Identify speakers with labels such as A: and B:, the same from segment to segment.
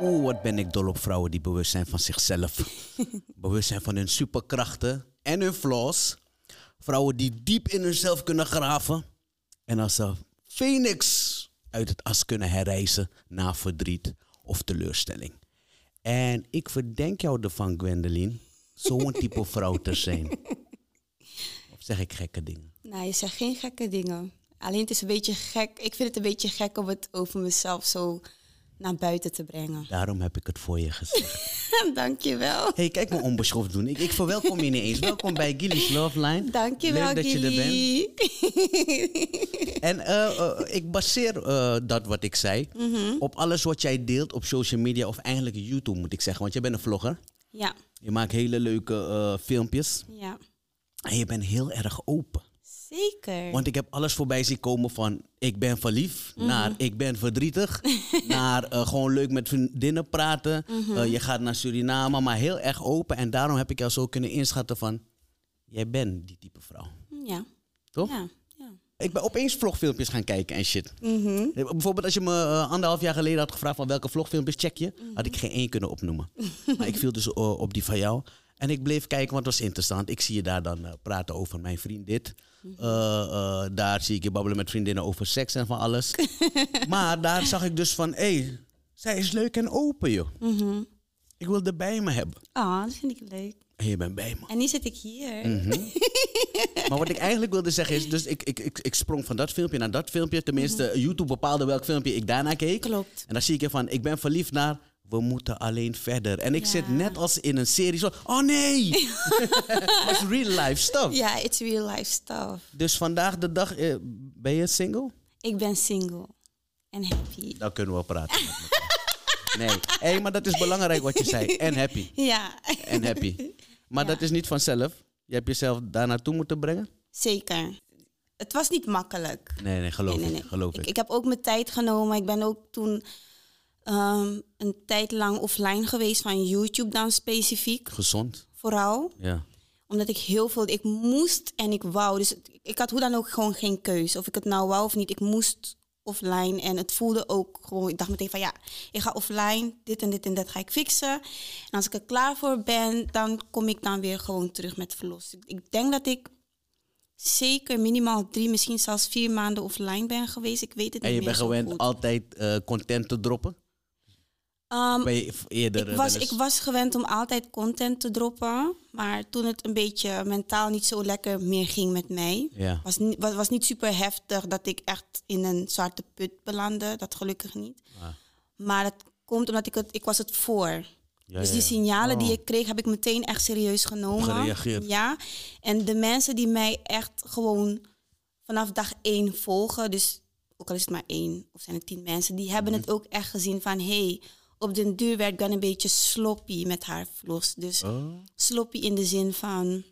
A: Oh, wat ben ik dol op vrouwen die bewust zijn van zichzelf. bewust zijn van hun superkrachten en hun flaws. Vrouwen die diep in hunzelf kunnen graven. En als ze phoenix uit het as kunnen herrijzen na verdriet of teleurstelling. En ik verdenk jou ervan, Gwendoline, zo'n type vrouw te zijn. Of zeg ik gekke dingen?
B: Nou, je zegt geen gekke dingen. Alleen het is een beetje gek. Ik vind het een beetje gek om het over mezelf zo naar buiten te brengen.
A: Daarom heb ik het voor je gezegd.
B: Dankjewel.
A: Hé, hey, kijk me onbeschoft doen. Ik, ik verwelkom je niet eens. Welkom bij Gilly's Love Line.
B: Dankjewel,
A: Leuk dat je er bent.
B: Gilly.
A: En eh, eh, ik baseer eh, dat wat ik zei op alles wat jij deelt op social media of eigenlijk YouTube moet ik zeggen. Want jij bent een vlogger.
B: Ja,
A: Je maakt hele leuke eh, filmpjes.
B: ja.
A: En je bent heel erg open.
B: Zeker.
A: Want ik heb alles voorbij zien komen van ik ben verliefd naar ik ben verdrietig. naar eh, gewoon leuk met vriendinnen praten. Eh, je gaat naar Suriname, maar heel erg open. En daarom heb ik jou zo kunnen inschatten van jij bent die type vrouw.
B: Ja.
A: Toch?
B: Ja. ja.
A: Ik ben opeens vlogfilmpjes gaan kijken en shit. Eh, Bijvoorbeeld als je me eh, anderhalf jaar geleden had gevraagd van welke vlogfilmpjes check je, had ik geen één kunnen opnoemen. maar ik viel dus eh, op die van jou. En ik bleef kijken, want het was interessant. Ik zie je daar dan eh, praten over mijn vriend dit. Eh, eh, daar zie ik je babbelen met vriendinnen over seks en van alles. maar daar zag ik dus van, hé, hey, zij is leuk en open, joh. Ik wil er bij me hebben.
B: Oh, dat vind ik leuk.
A: En je bent bij me.
B: En nu zit ik hier.
A: Mhm. Maar wat ik eigenlijk wilde zeggen is, dus ik, ik, ik, ik sprong van dat filmpje naar dat filmpje. Tenminste, YouTube bepaalde welk filmpje ik daarna keek.
B: Mhm. Klopt.
A: En dan zie ik er van, ik ben verliefd naar, we moeten alleen verder. En ik
B: Ja.
A: zit net als in een serie zo, oh nee! Dat is real life stuff.
B: Ja, it's real life stuff.
A: Dus vandaag de dag, eh, ben je single?
B: Ik ben single. En happy.
A: Dan kunnen we praten. met elkaar. nee, hey, maar dat is belangrijk wat je zei. En happy.
B: Ja,
A: En happy. Maar dat is niet vanzelf. Je hebt jezelf daar naartoe moeten brengen?
B: zeker. Het was niet makkelijk.
A: Nee, nee, geloof
B: Nee, nee,
A: ik.
B: nee.
A: Geloof
B: Ik, ik heb ook mijn tijd genomen. Ik ben ook toen ehm, een tijd lang offline geweest van YouTube dan specifiek.
A: Gezond,
B: Vooral
A: ja.
B: omdat ik heel veel, ik moest en ik wou. Dus het- ik had hoe dan ook gewoon geen keus. Of ik het nou wou of niet, ik moest offline. En het voelde ook gewoon, ik dacht meteen van ja, ik ga offline. Dit en dit en dat ga ik fixen. En als ik er klaar voor ben, dan kom ik dan weer gewoon terug met verlos. Ik- Ik denk dat ik zeker minimaal drie, misschien zelfs vier maanden offline ben geweest. Ik weet het
A: En
B: niet
A: je
B: meer
A: bent
B: zo
A: gewend
B: goed.
A: altijd eh, content te droppen?
B: Ehm,
A: Ben je v- eerder
B: ik
A: eh,
B: was,
A: wel eens-
B: ik was gewend om altijd content te droppen. Maar toen het een beetje mentaal niet zo lekker meer ging met mij.
A: Ja.
B: Was, niet, was, was niet super heftig dat ik echt in een zwarte put belandde. Dat gelukkig niet.
A: Ah.
B: Maar dat komt omdat ik het, ik was het voor.
A: Ja,
B: dus
A: ja,
B: die
A: ja.
B: signalen
A: Oh.
B: die ik kreeg, heb ik meteen echt serieus genomen.
A: Gereageerd.
B: Ja. En de mensen die mij echt gewoon vanaf dag één volgen, dus ook al is het maar één of zijn het tien mensen, die hebben
A: Mhm.
B: het ook echt gezien van hé, hey, op den duur werd dan een beetje sloppy met haar vlogs. Dus
A: Oh.
B: sloppy in de zin van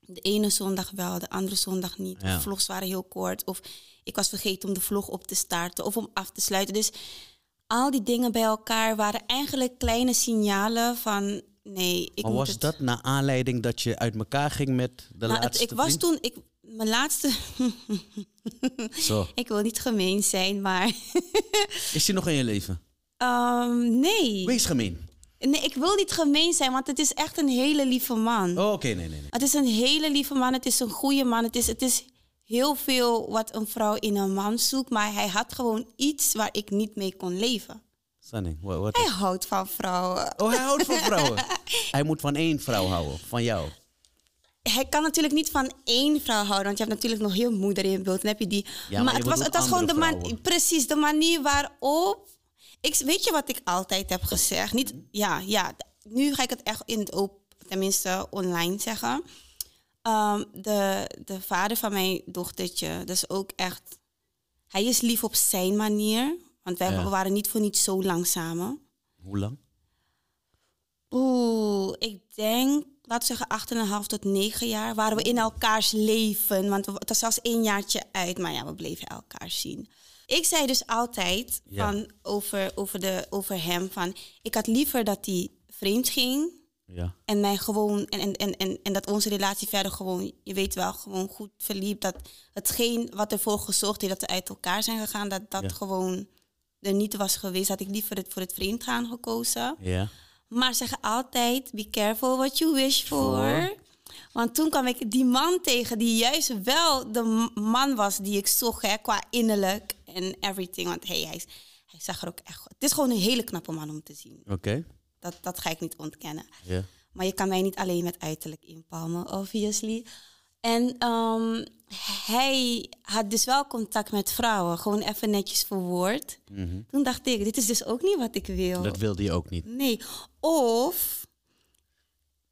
B: de ene zondag wel, de andere zondag niet.
A: Ja.
B: Of vlogs waren heel kort. Of ik was vergeten om de vlog op te starten of om af te sluiten. Dus al die dingen bij elkaar waren eigenlijk kleine signalen van nee, ik
A: Maar
B: moet
A: was
B: het...
A: dat naar aanleiding dat je uit elkaar ging met de
B: Nou, het-
A: laatste
B: ik was
A: vriend?
B: toen, ik, mijn laatste,
A: Zo.
B: ik wil niet gemeen zijn, maar
A: Is die nog in je leven?
B: ehm, nee.
A: Wees gemeen.
B: nee, ik wil niet gemeen zijn, want het is echt een hele lieve man.
A: Oh, Oké, nee, nee, nee.
B: Het is een hele lieve man, het is een goede man, het is, het is heel veel wat een vrouw in een man zoekt, maar hij had gewoon iets waar ik niet mee kon leven.
A: Sanning, wa- wat?
B: Hij houdt van vrouwen.
A: Oh, hij houdt van vrouwen. hij moet van één vrouw houden, van jou.
B: hij kan natuurlijk niet van één vrouw houden, want je hebt natuurlijk nog heel moeder in beeld. Dan heb je die.
A: Ja, maar je
B: het was,
A: bedoelt
B: het was gewoon de
A: andere
B: man,
A: vrouwen.
B: precies de manier waarop. Ik, weet je wat ik altijd heb gezegd? Niet, ja, ja, nu ga ik het echt in het open, tenminste online zeggen. Ehm, de, de vader van mijn dochtertje, dat is ook echt. Hij is lief op zijn manier, want wij
A: Ja.
B: waren niet voor niet zo lang samen.
A: Hoe lang?
B: Oeh, ik denk, laten we zeggen 8,5 tot 9 jaar, waren we in elkaars leven. Want we- het was zelfs één jaartje uit, maar ja, we bleven elkaar zien. Ik zei dus altijd
A: Ja.
B: van over, over, de, over hem van, ik had liever dat hij vreemd ging
A: Ja.
B: en mij gewoon, en, en, en, en, en dat onze relatie verder gewoon, je weet wel, gewoon goed verliep. Dat hetgeen wat ervoor gezorgd heeft dat we uit elkaar zijn gegaan, dat dat
A: Ja.
B: gewoon er niet was geweest, had ik liever het voor het vreemd gaan gekozen.
A: Ja.
B: Maar ze zeggen altijd, be careful what you wish for.
A: Voor?
B: Want toen kwam ik die man tegen die juist wel de m- man was die ik zocht, hè, qua innerlijk en everything. Want hey, hij, is- hij zag er ook echt... Het is gewoon een hele knappe man om te zien.
A: Oké.
B: Dat, dat ga ik niet ontkennen.
A: Ja.
B: Maar je kan mij niet alleen met uiterlijk inpalmen, obviously. En ehm, hij had dus wel contact met vrouwen, gewoon even netjes verwoord. Toen dacht ik, dit is dus ook niet wat ik wil.
A: Mhm. Dat wilde je ook niet.
B: Nee. Of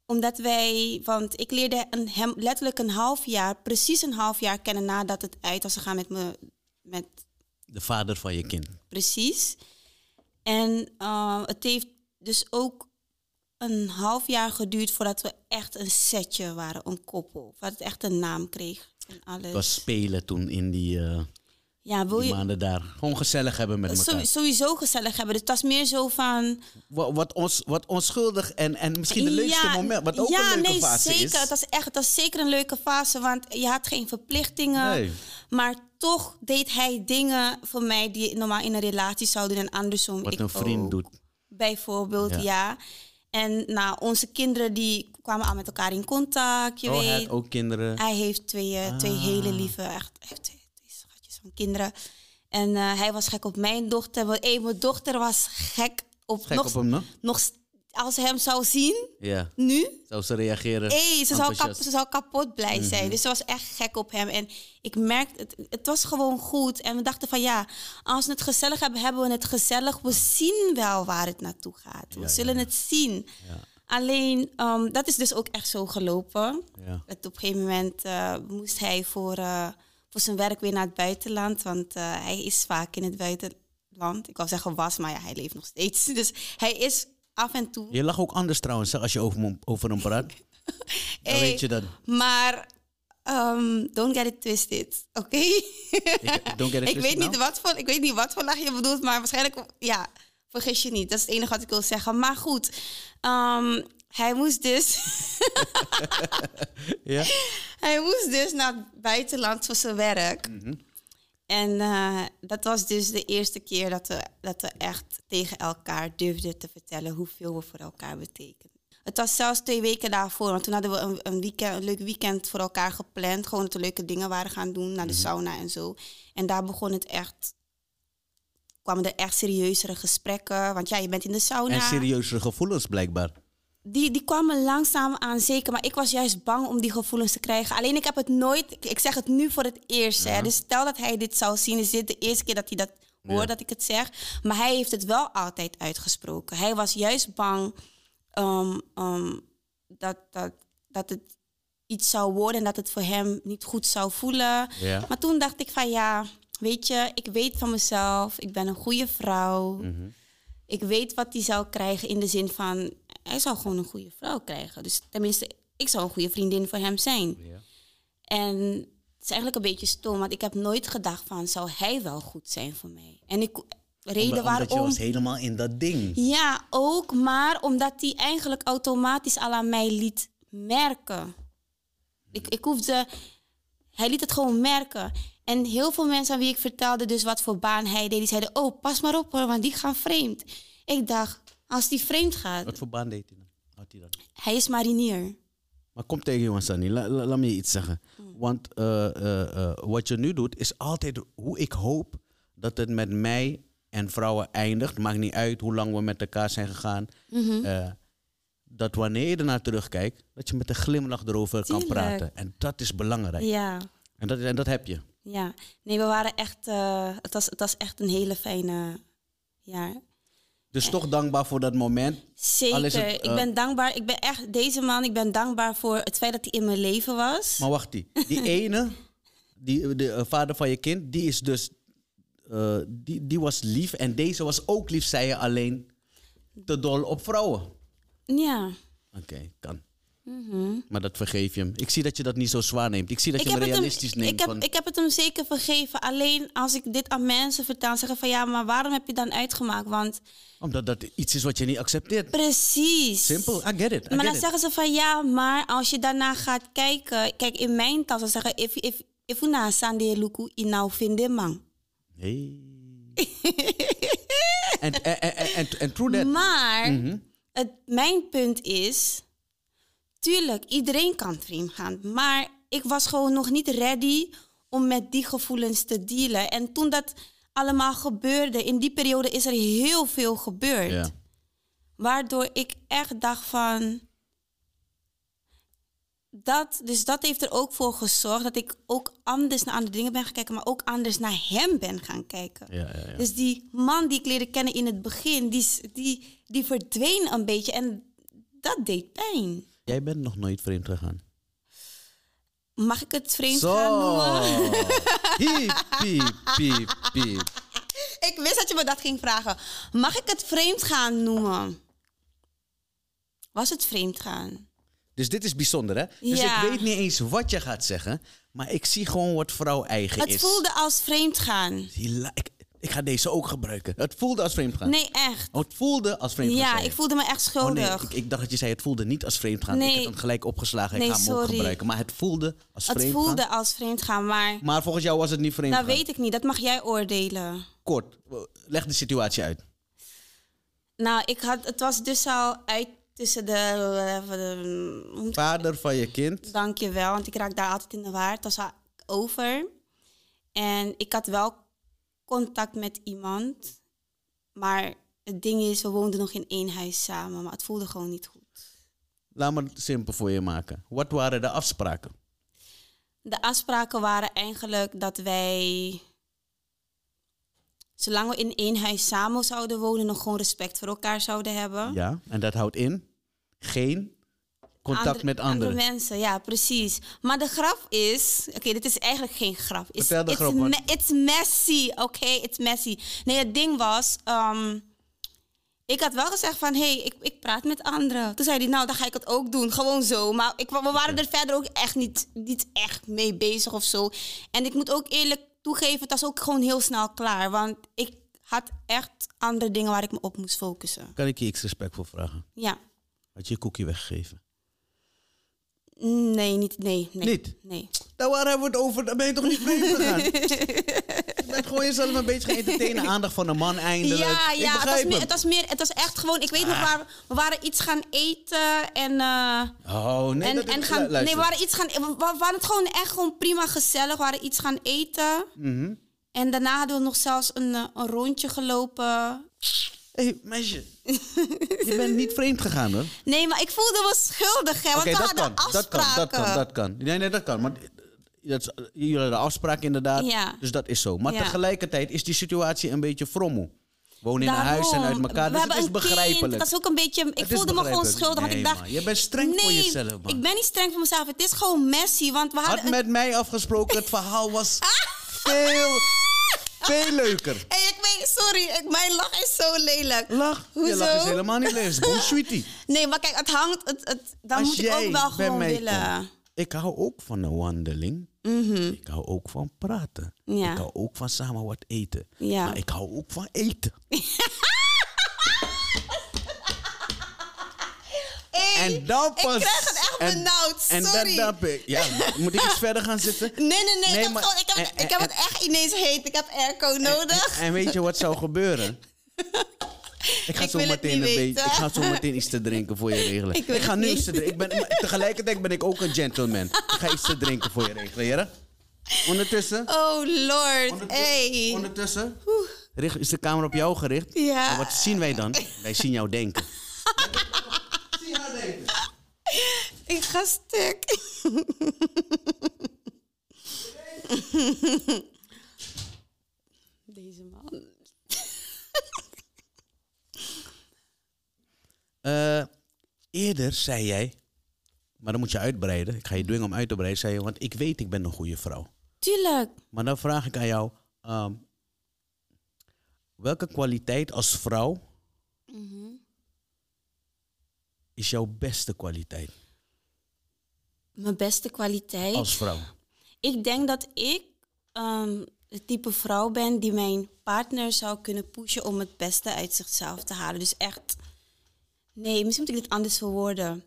B: omdat wij, want ik leerde een, hem letterlijk een half jaar, precies een half jaar kennen nadat het uit was gegaan met me, met
A: De vader van je kind.
B: precies. En eh, het heeft dus ook een half jaar geduurd voordat we echt een setje waren, een koppel. Voordat het echt een naam kreeg en alles.
A: Het was spelen toen in die, eh,
B: ja, wil
A: die
B: je
A: maanden daar. Gewoon gezellig hebben met
B: sow-
A: elkaar.
B: sowieso gezellig hebben. Dus het was meer zo van...
A: Wa- Wat, ons, wat onschuldig en, en misschien de leukste
B: Ja,
A: moment. Wat ook
B: ja,
A: een leuke
B: nee,
A: fase
B: zeker.
A: is.
B: Het was echt, het was zeker een leuke fase, want je had geen verplichtingen.
A: Nee.
B: Maar toch deed hij dingen voor mij die ik normaal in een relatie zou doen en andersom.
A: Wat
B: ik Oh.
A: een vriend
B: ook.
A: doet.
B: Bijvoorbeeld,
A: Ja.
B: ja. En nou, onze kinderen die kwamen al met elkaar in contact, je
A: oh, hij
B: weet.
A: had ook Ah. kinderen.
B: Hij heeft twee, eh, twee hele lieve, echt hij heeft twee, twee schatjes van kinderen. En eh, hij was gek op mijn dochter. Maar, eh, mijn dochter was gek op
A: Gek
B: nog,
A: op hem, no?
B: nog st- als ze hem zou zien
A: Ja.
B: nu.
A: Zou ze reageren?
B: Hey, ze, zou kap,
A: enthousiast? Mhm.
B: ze zou kapot blij zijn. Dus ze was echt gek op hem. En ik merkte, het, het was gewoon goed. En we dachten van ja, als we het gezellig hebben, hebben we het gezellig. We zien wel waar het naartoe gaat. We
A: Ja, ja,
B: zullen het zien.
A: Ja.
B: Alleen, ehm, dat is dus ook echt zo gelopen.
A: Ja.
B: Het, op een gegeven moment eh, moest hij voor, eh, voor zijn werk weer naar het buitenland. Want eh, hij is vaak in het buitenland. Ik wou zeggen was, maar ja, hij leeft nog steeds. Dus hij is af en toe.
A: Je lag ook anders trouwens, hè, als je over, hem- over hem praat. Dan
B: Hey.
A: weet je dat.
B: Maar ehm, don't get it twisted, oké?
A: Ik, don't get it
B: Ik weet,
A: twisted
B: niet
A: now.
B: wat voor, ik weet niet wat voor lach je bedoelt, maar waarschijnlijk, ja, vergis je niet. Dat is het enige wat ik wil zeggen. Maar goed, ehm, hij moest dus.
A: Ja?
B: Hij moest dus naar het buitenland voor zijn werk. En eh, dat was dus de eerste keer dat we, dat we echt tegen elkaar durfden te vertellen hoeveel we voor elkaar betekenen. Het was zelfs twee weken daarvoor, want toen hadden we een, een, weekend, een leuk weekend voor elkaar gepland. Gewoon dat we leuke dingen waren gaan doen, naar de sauna en zo. En daar begon het echt, kwamen er echt serieuzere gesprekken. Want ja, je bent in de sauna
A: En serieuzere gevoelens blijkbaar.
B: die, die kwamen langzaam aan, zeker. Maar ik was juist bang om die gevoelens te krijgen. Alleen ik heb het nooit... ik- Ik zeg het nu voor het eerst. Hè. Dus stel dat hij dit zou zien, is dit de eerste keer dat hij dat hoort,
A: Mhm. Ja.
B: dat ik het zeg. Maar hij heeft het wel altijd uitgesproken. Hij was juist bang ehm, ehm, dat, dat, dat het iets zou worden... en dat het voor hem niet goed zou voelen.
A: Ja.
B: Maar toen dacht ik van ja, weet je, ik weet van mezelf. Ik ben een goede vrouw.
A: Mhm.
B: Ik weet wat hij zou krijgen in de zin van hij zou gewoon een goede vrouw krijgen. Dus tenminste, ik zou een goede vriendin voor hem zijn.
A: Ja.
B: En het is eigenlijk een beetje stom, want ik heb nooit gedacht van zou hij wel goed zijn voor mij. En ik reden
A: Omdat- omdat je
B: waarom.
A: was helemaal in dat ding.
B: Ja, ook, maar omdat hij eigenlijk automatisch al aan mij liet merken. Ik, ik hoefde. Hij liet het gewoon merken. En heel veel mensen aan wie ik vertelde dus wat voor baan hij deed, die zeiden: Oh, pas maar op hoor, want die gaan vreemd. Ik dacht, als die vreemd gaat,
A: Wat voor baan deed hij dan? Had hij dan?
B: hij is marinier.
A: Maar kom tegen jongens, Sunny. La- la- laat me je iets zeggen.
B: Hmm.
A: Want eh, eh, eh, wat je nu doet, is altijd hoe ik hoop dat het met mij en vrouwen eindigt. Maakt niet uit hoe lang we met elkaar zijn gegaan.
B: Mhm.
A: Eh, dat wanneer je ernaar terugkijkt, dat je met een glimlach erover kan
B: Tuurlijk.
A: praten. En dat is belangrijk.
B: Ja,
A: En, dat, en dat heb je.
B: ja. Nee, we waren echt. eh, het, was, het was echt een hele fijne jaar.
A: Dus toch dankbaar voor dat moment. Al
B: Zeker.
A: is het, eh,
B: ik ben dankbaar. Ik ben echt deze man. Ik ben dankbaar voor het feit dat hij in mijn leven was.
A: Maar wacht, die, die ene, die, de eh, vader van je kind, die is dus. eh, die, die was lief en deze was ook lief, zei je alleen te dol op vrouwen. Oké,
B: Ja.
A: kan. Maar dat vergeef je hem. Ik zie dat je dat niet zo zwaar neemt. Ik zie dat je hem realistisch
B: hem,
A: neemt.
B: ik, Mhm. heb,
A: van,
B: ik heb het hem zeker vergeven. Alleen als ik dit aan mensen vertel, zeggen van ja, maar waarom heb je dan uitgemaakt? Want
A: omdat dat iets is wat je niet accepteert.
B: precies.
A: Simpel, I get it. I get
B: Maar dan
A: it.
B: zeggen ze van ja, maar als je daarna gaat kijken. Kijk, in mijn tas dan zeggen if if if una sande luku inau vinde man.
A: Nee. En en true that.
B: Maar
A: Mhm.
B: het, mijn punt is, tuurlijk, iedereen kan vreemd gaan. Maar ik was gewoon nog niet ready om met die gevoelens te dealen. En toen dat allemaal gebeurde, in die periode is er heel veel gebeurd.
A: Ja.
B: Waardoor ik echt dacht van. Dat, dus dat heeft er ook voor gezorgd dat ik ook anders naar andere dingen ben gaan kijken, maar ook anders naar hem ben gaan kijken.
A: Ja, ja, ja.
B: Dus die man die ik leerde kennen in het begin, die, s- die, die verdween een beetje en dat deed pijn.
A: Jij bent nog nooit vreemd gegaan.
B: Mag ik het vreemd gaan noemen?
A: Piep, piep, piep, piep.
B: Ik wist dat je me dat ging vragen. Mag ik het vreemd gaan noemen? Was het vreemd gaan?
A: Dus dit is bijzonder, hè? Dus
B: Ja.
A: ik weet niet eens wat je gaat zeggen, maar ik zie gewoon wat vrouw eigen
B: Het
A: is.
B: voelde als vreemd gaan.
A: Hila- Ik, ik ga deze ook gebruiken. Het voelde als vreemd gaan.
B: Nee, echt.
A: Oh, het voelde als vreemd gaan.
B: Ja,
A: zei je.
B: ik voelde me echt
A: Oh nee,
B: schuldig.
A: ik, ik dacht dat je zei het voelde niet als vreemd gaan. Ik
B: Nee.
A: heb hem gelijk opgeslagen. Ik
B: Nee,
A: ga hem ook
B: sorry.
A: gebruiken. Maar het voelde als
B: het
A: vreemd
B: voelde
A: gaan.
B: als vreemd gaan, maar
A: Maar volgens jou was het niet vreemd
B: dat
A: gaan.
B: weet ik niet. Dat mag jij oordelen.
A: Kort, leg de situatie uit.
B: Nou, ik had, het was dus al uit tussen de... eh, de- hoe moet ik-
A: Vader van je kind.
B: Dankjewel, want ik raak daar altijd in de war. Het was al over. En ik had wel contact met iemand. Maar het ding is, we woonden nog in één huis samen. Maar het voelde gewoon niet goed.
A: Laat me het simpel voor je maken. Wat waren de afspraken?
B: De afspraken waren eigenlijk dat wij, zolang we in één huis samen zouden wonen, nog gewoon respect voor elkaar zouden hebben.
A: Ja, en dat houdt in geen contact
B: Andere-
A: met anderen.
B: Andere mensen, ja, precies. Maar de grap is, oké, dit is eigenlijk geen grap. It's,
A: Vertel de
B: it's
A: grap, want-
B: me- it's messy, oké, it's messy. Nee, het ding was, ehm, ik had wel gezegd van, hé, hey, ik, ik praat met anderen. Toen zei hij, nou, dan ga ik het ook doen, gewoon zo. Maar ik, we waren er verder ook echt niet, niet echt mee bezig of zo. En ik moet ook eerlijk toegeven, het was ook gewoon heel snel klaar. Want ik had echt andere dingen waar ik me op moest focussen.
A: Kan ik je iets respectvol vragen?
B: Ja,
A: Had je je koekje weggegeven?
B: nee, niet, nee, nee.
A: Niet?
B: Nee.
A: Nou, waar hebben we het over? Dan ben je toch niet vreemd gegaan? je bent gewoon jezelf een beetje geïntertenen. Aandacht van een man eindelijk.
B: Ja,
A: ik
B: ja het, was
A: begrijp
B: meer,
A: hem.
B: het was meer, het was echt gewoon, ik weet
A: Ah.
B: nog waar, we waren iets gaan eten en, eh,
A: Oh, nee,
B: en,
A: dat is-
B: en gaan,
A: lu-
B: nee,
A: luister.
B: we waren iets gaan, we, we waren het gewoon echt gewoon prima gezellig, we waren iets gaan eten.
A: Mhm.
B: En daarna hadden we nog zelfs een, eh, een rondje gelopen.
A: Hé, hey, meisje. je bent niet vreemd gegaan, hoor.
B: Nee, maar ik voelde me schuldig, hè, Oh, want
A: Oké,
B: we
A: dat,
B: hadden
A: kan, dat
B: afspraken.
A: kan, dat kan, dat kan. Nee, nee, dat kan. Maar dat is, jullie hadden afspraken inderdaad,
B: Ja.
A: dus dat is zo. Maar
B: Ja.
A: tegelijkertijd is die situatie een beetje frommel. Wonen in een
B: Daarom.
A: huis en uit elkaar,
B: We
A: dus
B: hebben
A: het is
B: een kind,
A: begrijpelijk.
B: Dat is ook een beetje. Ik
A: Het is
B: voelde me gewoon
A: begrijpelijk.
B: schuldig. want
A: Nee,
B: ik dacht.
A: man, je bent streng voor
B: nee,
A: jezelf, man.
B: Ik ben niet streng voor mezelf. Het is gewoon messy. Want we hadden Ah!
A: Had met mij afgesproken, het verhaal was veel, veel leuker.
B: Hey, ik weet, sorry, ik, mijn lach is zo lelijk.
A: Lach, je
B: Hoezo?
A: lach is helemaal niet leuk. Het is Bon sweetie.
B: Nee, maar kijk, het hangt. Het, het, dan
A: Als
B: moet ik
A: jij
B: ook wel
A: bij
B: gewoon
A: mij
B: willen. Mhm.
A: komt, ik hou ook van een wandeling. Ik hou ook van praten.
B: Ja.
A: Ik hou ook van samen wat eten.
B: Ja.
A: Maar ik hou ook van eten.
B: Hey,
A: En dan pas.
B: Ik krijg het echt
A: en-
B: benauwd,
A: En
B: sorry.
A: dat dap ik. Ja, moet ik iets verder gaan zitten?
B: nee, nee, nee,
A: Nee,
B: ik,
A: maar-
B: heb, gewoon- ik, heb,
A: en- en-
B: ik heb het echt ineens heet. Ik heb airco nodig.
A: En weet je wat zou gebeuren? Ik ga
B: Ik
A: zo
B: wil het
A: meteen een
B: niet
A: beetje. Ik
B: weten.
A: ga zo meteen iets te drinken voor je regelen.
B: Ik wil
A: ga
B: het
A: nu
B: niet.
A: iets te drinken. Ik ben, maar tegelijkertijd ben ik ook een gentleman. Ik ga iets te drinken voor je regelen, Jera. Ondertussen.
B: oh lord,
A: Ondertussen,
B: hey.
A: ondertussen richt, is de camera op jou gericht.
B: Ja.
A: En wat zien wij dan? Wij zien jou denken. Zie haar denken.
B: Ik ga stuk. Deze man.
A: Eh, eerder zei jij, maar dan moet je uitbreiden. Ik ga je dwingen om uit te breiden. Zei je, want ik weet, ik ben een goede vrouw.
B: Tuurlijk.
A: Maar dan vraag ik aan jou, ehm, welke kwaliteit als vrouw
B: Mhm.
A: is jouw beste kwaliteit
B: Mijn beste kwaliteit.
A: als vrouw?
B: Ik denk dat ik ehm, het type vrouw ben die mijn partner zou kunnen pushen om het beste uit zichzelf te halen. Dus echt. Nee, misschien moet ik dit anders verwoorden.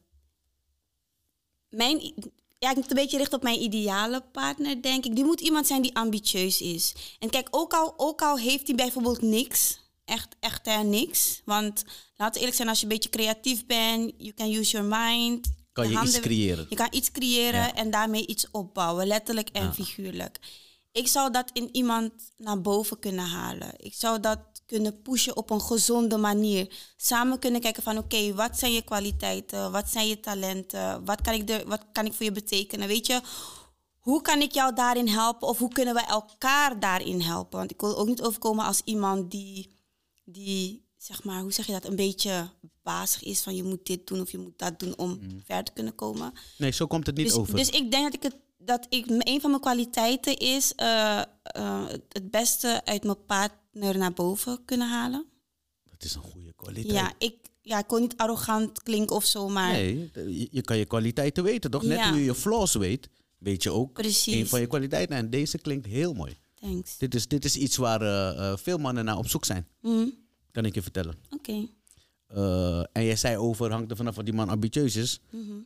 B: Mijn, i- ja, ik moet een beetje richten op mijn ideale partner, denk ik. Die moet iemand zijn die ambitieus is. En kijk, ook al, ook al heeft hij bijvoorbeeld niks, echt, echt hè, niks. Want laten we eerlijk zijn, als je een beetje creatief bent, you can use your mind.
A: Kan je iets
B: handen-
A: creëren.
B: Je kan iets creëren
A: Ja.
B: en daarmee iets opbouwen, letterlijk en figuurlijk. Ik zou dat in iemand naar boven kunnen halen. Ik zou dat kunnen pushen op een gezonde manier. Samen kunnen kijken van oké, wat zijn je kwaliteiten? Wat zijn je talenten? Wat kan, ik er, wat kan ik voor je betekenen? Weet je, hoe kan ik jou daarin helpen? Of hoe kunnen wij elkaar daarin helpen? Want ik wil ook niet overkomen als iemand die, die zeg maar, hoe zeg je dat, een beetje bazig is van je moet dit doen of je moet dat doen om ver te kunnen komen.
A: Nee, zo komt het niet
B: Dus,
A: over.
B: dus ik denk dat ik het dat ik een van mijn kwaliteiten is eh, eh, het- het beste uit mijn partner naar boven kunnen halen.
A: dat is een goede kwaliteit.
B: Ja, ik, ja, ik wil niet arrogant klinken of zo, maar
A: Nee, je, je kan je kwaliteiten weten, toch? Net
B: Ja.
A: hoe je je flaws weet, weet je ook
B: Precies.
A: een van je kwaliteiten. En deze klinkt heel mooi.
B: thanks.
A: Dit is, dit is iets waar eh, eh, veel mannen naar op zoek zijn,
B: Mhm,
A: kan ik je vertellen.
B: Oké.
A: Eh, en jij zei over, hangt er vanaf wat die man ambitieus is.
B: Mhm.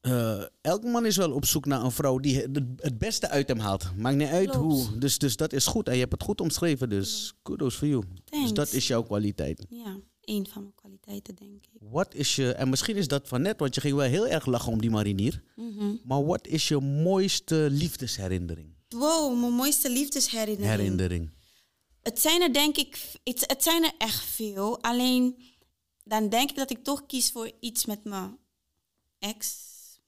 A: Eh, elk man is wel op zoek naar een vrouw die het, het beste uit hem haalt. Maakt niet uit
B: Klopt.
A: hoe. Dus, dus dat is goed. En je hebt het goed omschreven, dus kudos voor jou. Dus
B: Thanks.
A: dat is jouw kwaliteit.
B: Ja, één van mijn kwaliteiten, denk ik.
A: Wat is je, en misschien is dat van net, want je ging wel heel erg lachen om die marinier.
B: Mhm.
A: Maar wat is je mooiste liefdesherinnering?
B: Wow, mijn mooiste liefdesherinnering.
A: Herinnering.
B: Het zijn er denk ik, het, het zijn er echt veel. Alleen dan denk ik dat ik toch kies voor iets met mijn ex,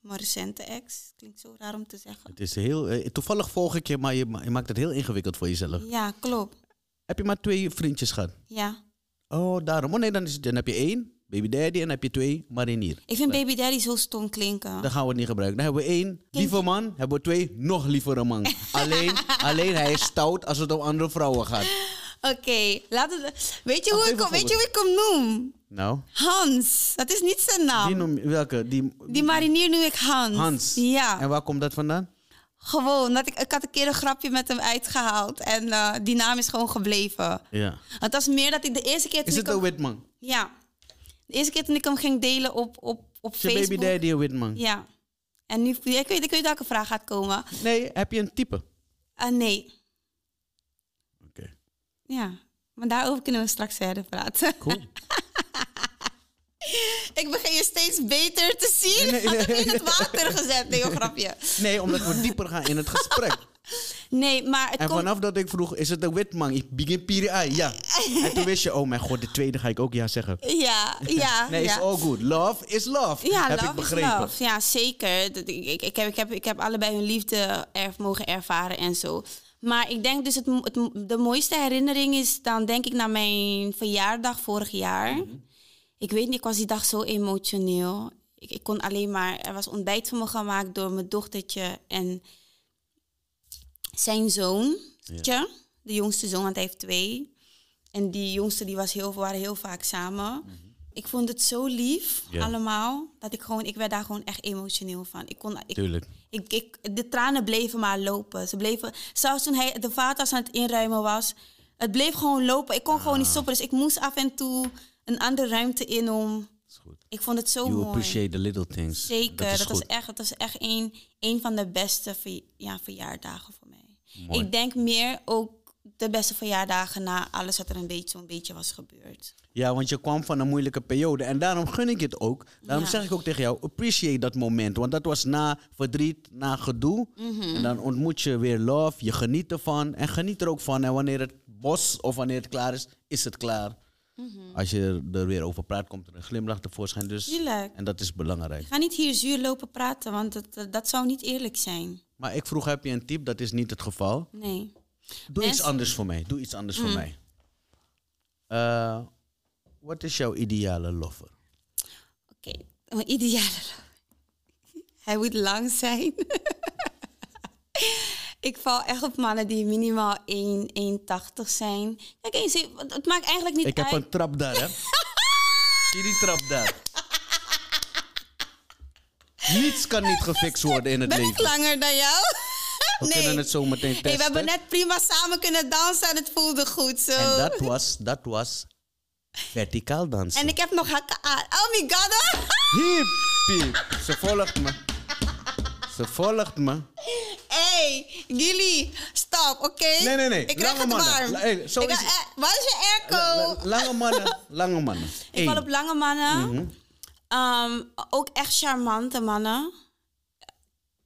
B: mijn recente ex. Klinkt zo raar om te zeggen.
A: Het is heel, eh, toevallig volg ik je, maar je, ma- je maakt het heel ingewikkeld voor jezelf.
B: Ja, klopt.
A: Heb je maar twee vriendjes gehad?
B: Ja.
A: Oh, daarom. Oh nee, dan, is het, dan heb je één, baby daddy, en dan heb je twee, marinier.
B: Ik vind Baby Daddy zo stom klinken.
A: Dan gaan we het niet gebruiken. Dan hebben we één, lieve man. Hebben we twee, nog lievere man. alleen, alleen hij is stout als het om andere vrouwen gaat.
B: Oké, laten we. Weet je, hoe
A: geef
B: ik,
A: een
B: hem- weet je hoe ik hem noem?
A: Nou,
B: Hans. Dat is niet zijn naam.
A: die
B: Die,
A: noem je, welke? Die,
B: marinier noem ik Hans.
A: Hans.
B: Ja.
A: En waar komt dat vandaan?
B: Gewoon, dat ik, ik had een keer een grapje met hem uitgehaald en eh, die naam is gewoon gebleven.
A: Ja.
B: Het was meer dat ik de eerste keer toen
A: Is
B: ik
A: het een
B: hem,
A: witman?
B: ja, de eerste keer toen ik hem ging delen op, op, op
A: Is je
B: Facebook.
A: baby daddy een witman?
B: Ja. En nu, ja, ik weet, ik weet welke vraag gaat komen.
A: Nee, heb je een type? Oké.
B: Ah, nee, ja. Maar daarover kunnen we straks verder praten.
A: Cool.
B: Ik begin je steeds beter te zien.
A: Nee,
B: Nee,
A: nee,
B: ik heb je in het water gezet. Nee, joh, grapje.
A: Nee, omdat we dieper gaan in het gesprek.
B: Nee, maar het
A: En
B: komt...
A: vanaf dat ik vroeg, is het een witman? Ik begin piri ai, ja. En toen wist je, oh mijn god, de tweede ga ik ook ja zeggen.
B: Ja, ja,
A: Nee,
B: ja.
A: is all good. Love is love.
B: Ja,
A: heb
B: love
A: ik begrepen.
B: is love. Ja, zeker. Dat- Ik, ik, ik, heb, ik, heb, ik heb allebei hun liefde erf, mogen ervaren en zo. Maar ik denk dus het, mo- het, mo- de mooiste herinnering is dan denk ik naar mijn verjaardag vorig jaar.
A: Mhm.
B: Ik weet niet, ik was die dag zo emotioneel. Ik, ik kon alleen maar... Er was ontbijt voor me gemaakt door mijn dochtertje en zijn zoon. De jongste zoon, want hij heeft twee. En die jongste die was heel, waren heel vaak samen. Ik vond het zo lief,
A: Mhm. Ja.
B: allemaal. Dat ik gewoon, ik werd daar gewoon echt emotioneel van. Ik kon, ik,
A: Tuurlijk.
B: ik, ik, de tranen bleven maar lopen. Ze bleven, zelfs toen hij de vaatwas aan het inruimen was, het bleef gewoon lopen. Ik kon gewoon
A: Ah.
B: niet stoppen. Dus ik moest af en toe een andere ruimte in om.
A: Is goed.
B: Ik vond het zo
A: You
B: mooi.
A: appreciate the little things.
B: Zeker,
A: Dat is
B: dat, was
A: goed.
B: echt, dat was echt een, een van de beste ver- ja, verjaardagen voor mij.
A: Mooi.
B: Ik denk meer ook de beste verjaardagen na alles wat er een beetje, zo'n beetje was gebeurd.
A: Ja, want je kwam van een moeilijke periode. En daarom gun ik je het ook. Daarom
B: Ja.
A: zeg ik ook tegen jou, appreciate dat moment. Want dat was na verdriet, na gedoe.
B: Mhm.
A: En dan ontmoet je weer love. Je geniet ervan. En geniet er ook van. En wanneer het bos of wanneer het klaar is, is het klaar.
B: Mhm.
A: Als je er weer over praat, komt er een glimlach tevoorschijn. Dus,
B: Tuurlijk.
A: en dat is belangrijk.
B: Ga niet hier zuur lopen praten, want dat, dat, dat zou niet eerlijk zijn.
A: Maar ik vroeg, heb je een type? Dat is niet het geval. Doe
B: Nee.
A: iets
B: Mensen- Mhm.
A: anders voor mij. Doe iets anders voor mij. Eh, wat is jouw ideale lover?
B: Oké, mijn ideale lover. Hij moet lang zijn. ik val echt op mannen die minimaal 1 1,80 zijn. Kijk eens, want het maakt eigenlijk niet
A: Ik heb
B: uit.
A: een trap daar, hè? Zie die trap daar. Niets kan niet gefixt worden in het
B: ben ik
A: leven.
B: langer dan jou?
A: We
B: nee.
A: kunnen het zo meteen testen.
B: Hey, we hebben net prima samen kunnen dansen en het voelde goed zo.
A: En dat was, dat was verticaal dansen.
B: En ik heb nog hakken aan. Oh my god. hoor.
A: Hip, Piep, ze volgt me. Ze volgt me.
B: Hey, Gilly, stop, oké?
A: Nee, nee, nee.
B: Ik krijg
A: Lange
B: het
A: mannen.
B: warm.
A: La- hey, zo
B: Ik
A: is
B: ga-
A: het.
B: eh, waar is je airco?
A: La- Lange mannen, lange mannen.
B: Ik val op lange mannen.
A: Mhm.
B: Ehm, ook echt charmante mannen.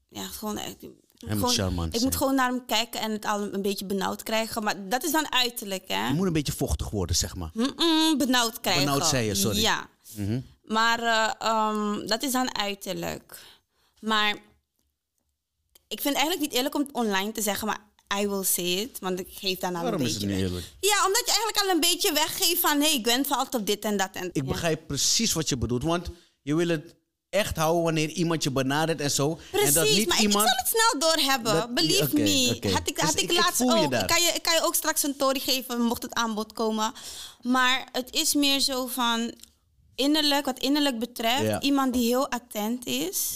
B: Ja, gewoon echt. ik moet
A: moet
B: gewoon-
A: charmant
B: Ik
A: zijn.
B: moet gewoon naar hem kijken en het al een beetje benauwd krijgen. Maar dat is dan uiterlijk, hè?
A: Je moet een beetje vochtig worden, zeg maar.
B: Mm-mm, benauwd krijgen.
A: Mhm. Benauwd zei je, sorry. Mhm.
B: Ja. Maar eh, ehm, dat is dan uiterlijk. Maar ik vind het eigenlijk niet eerlijk om het online te zeggen, maar I will say it. Want ik geef daarna
A: Waarom
B: een
A: is het
B: beetje
A: niet
B: weg.
A: eerlijk?
B: Ja, omdat je eigenlijk al een beetje weggeeft van... hé, hey, Gwen valt op dit en dat. En,
A: Ik
B: ja.
A: begrijp precies wat je bedoelt, want je wil het echt houden wanneer iemand je benadert en zo.
B: Precies,
A: en dat niet
B: maar ik-
A: iemand...
B: ik zal het snel doorhebben.
A: Dat-
B: Believe
A: oké,
B: me.
A: oké.
B: Had ik,
A: Dus
B: had
A: ik-
B: ik
A: ik
B: laatst
A: voel je
B: ook.
A: daar.
B: Ik kan, je, ik kan je ook straks een tory geven, mocht het aanbod komen. Maar het is meer zo van innerlijk, wat innerlijk betreft,
A: Ja.
B: iemand die heel attent is.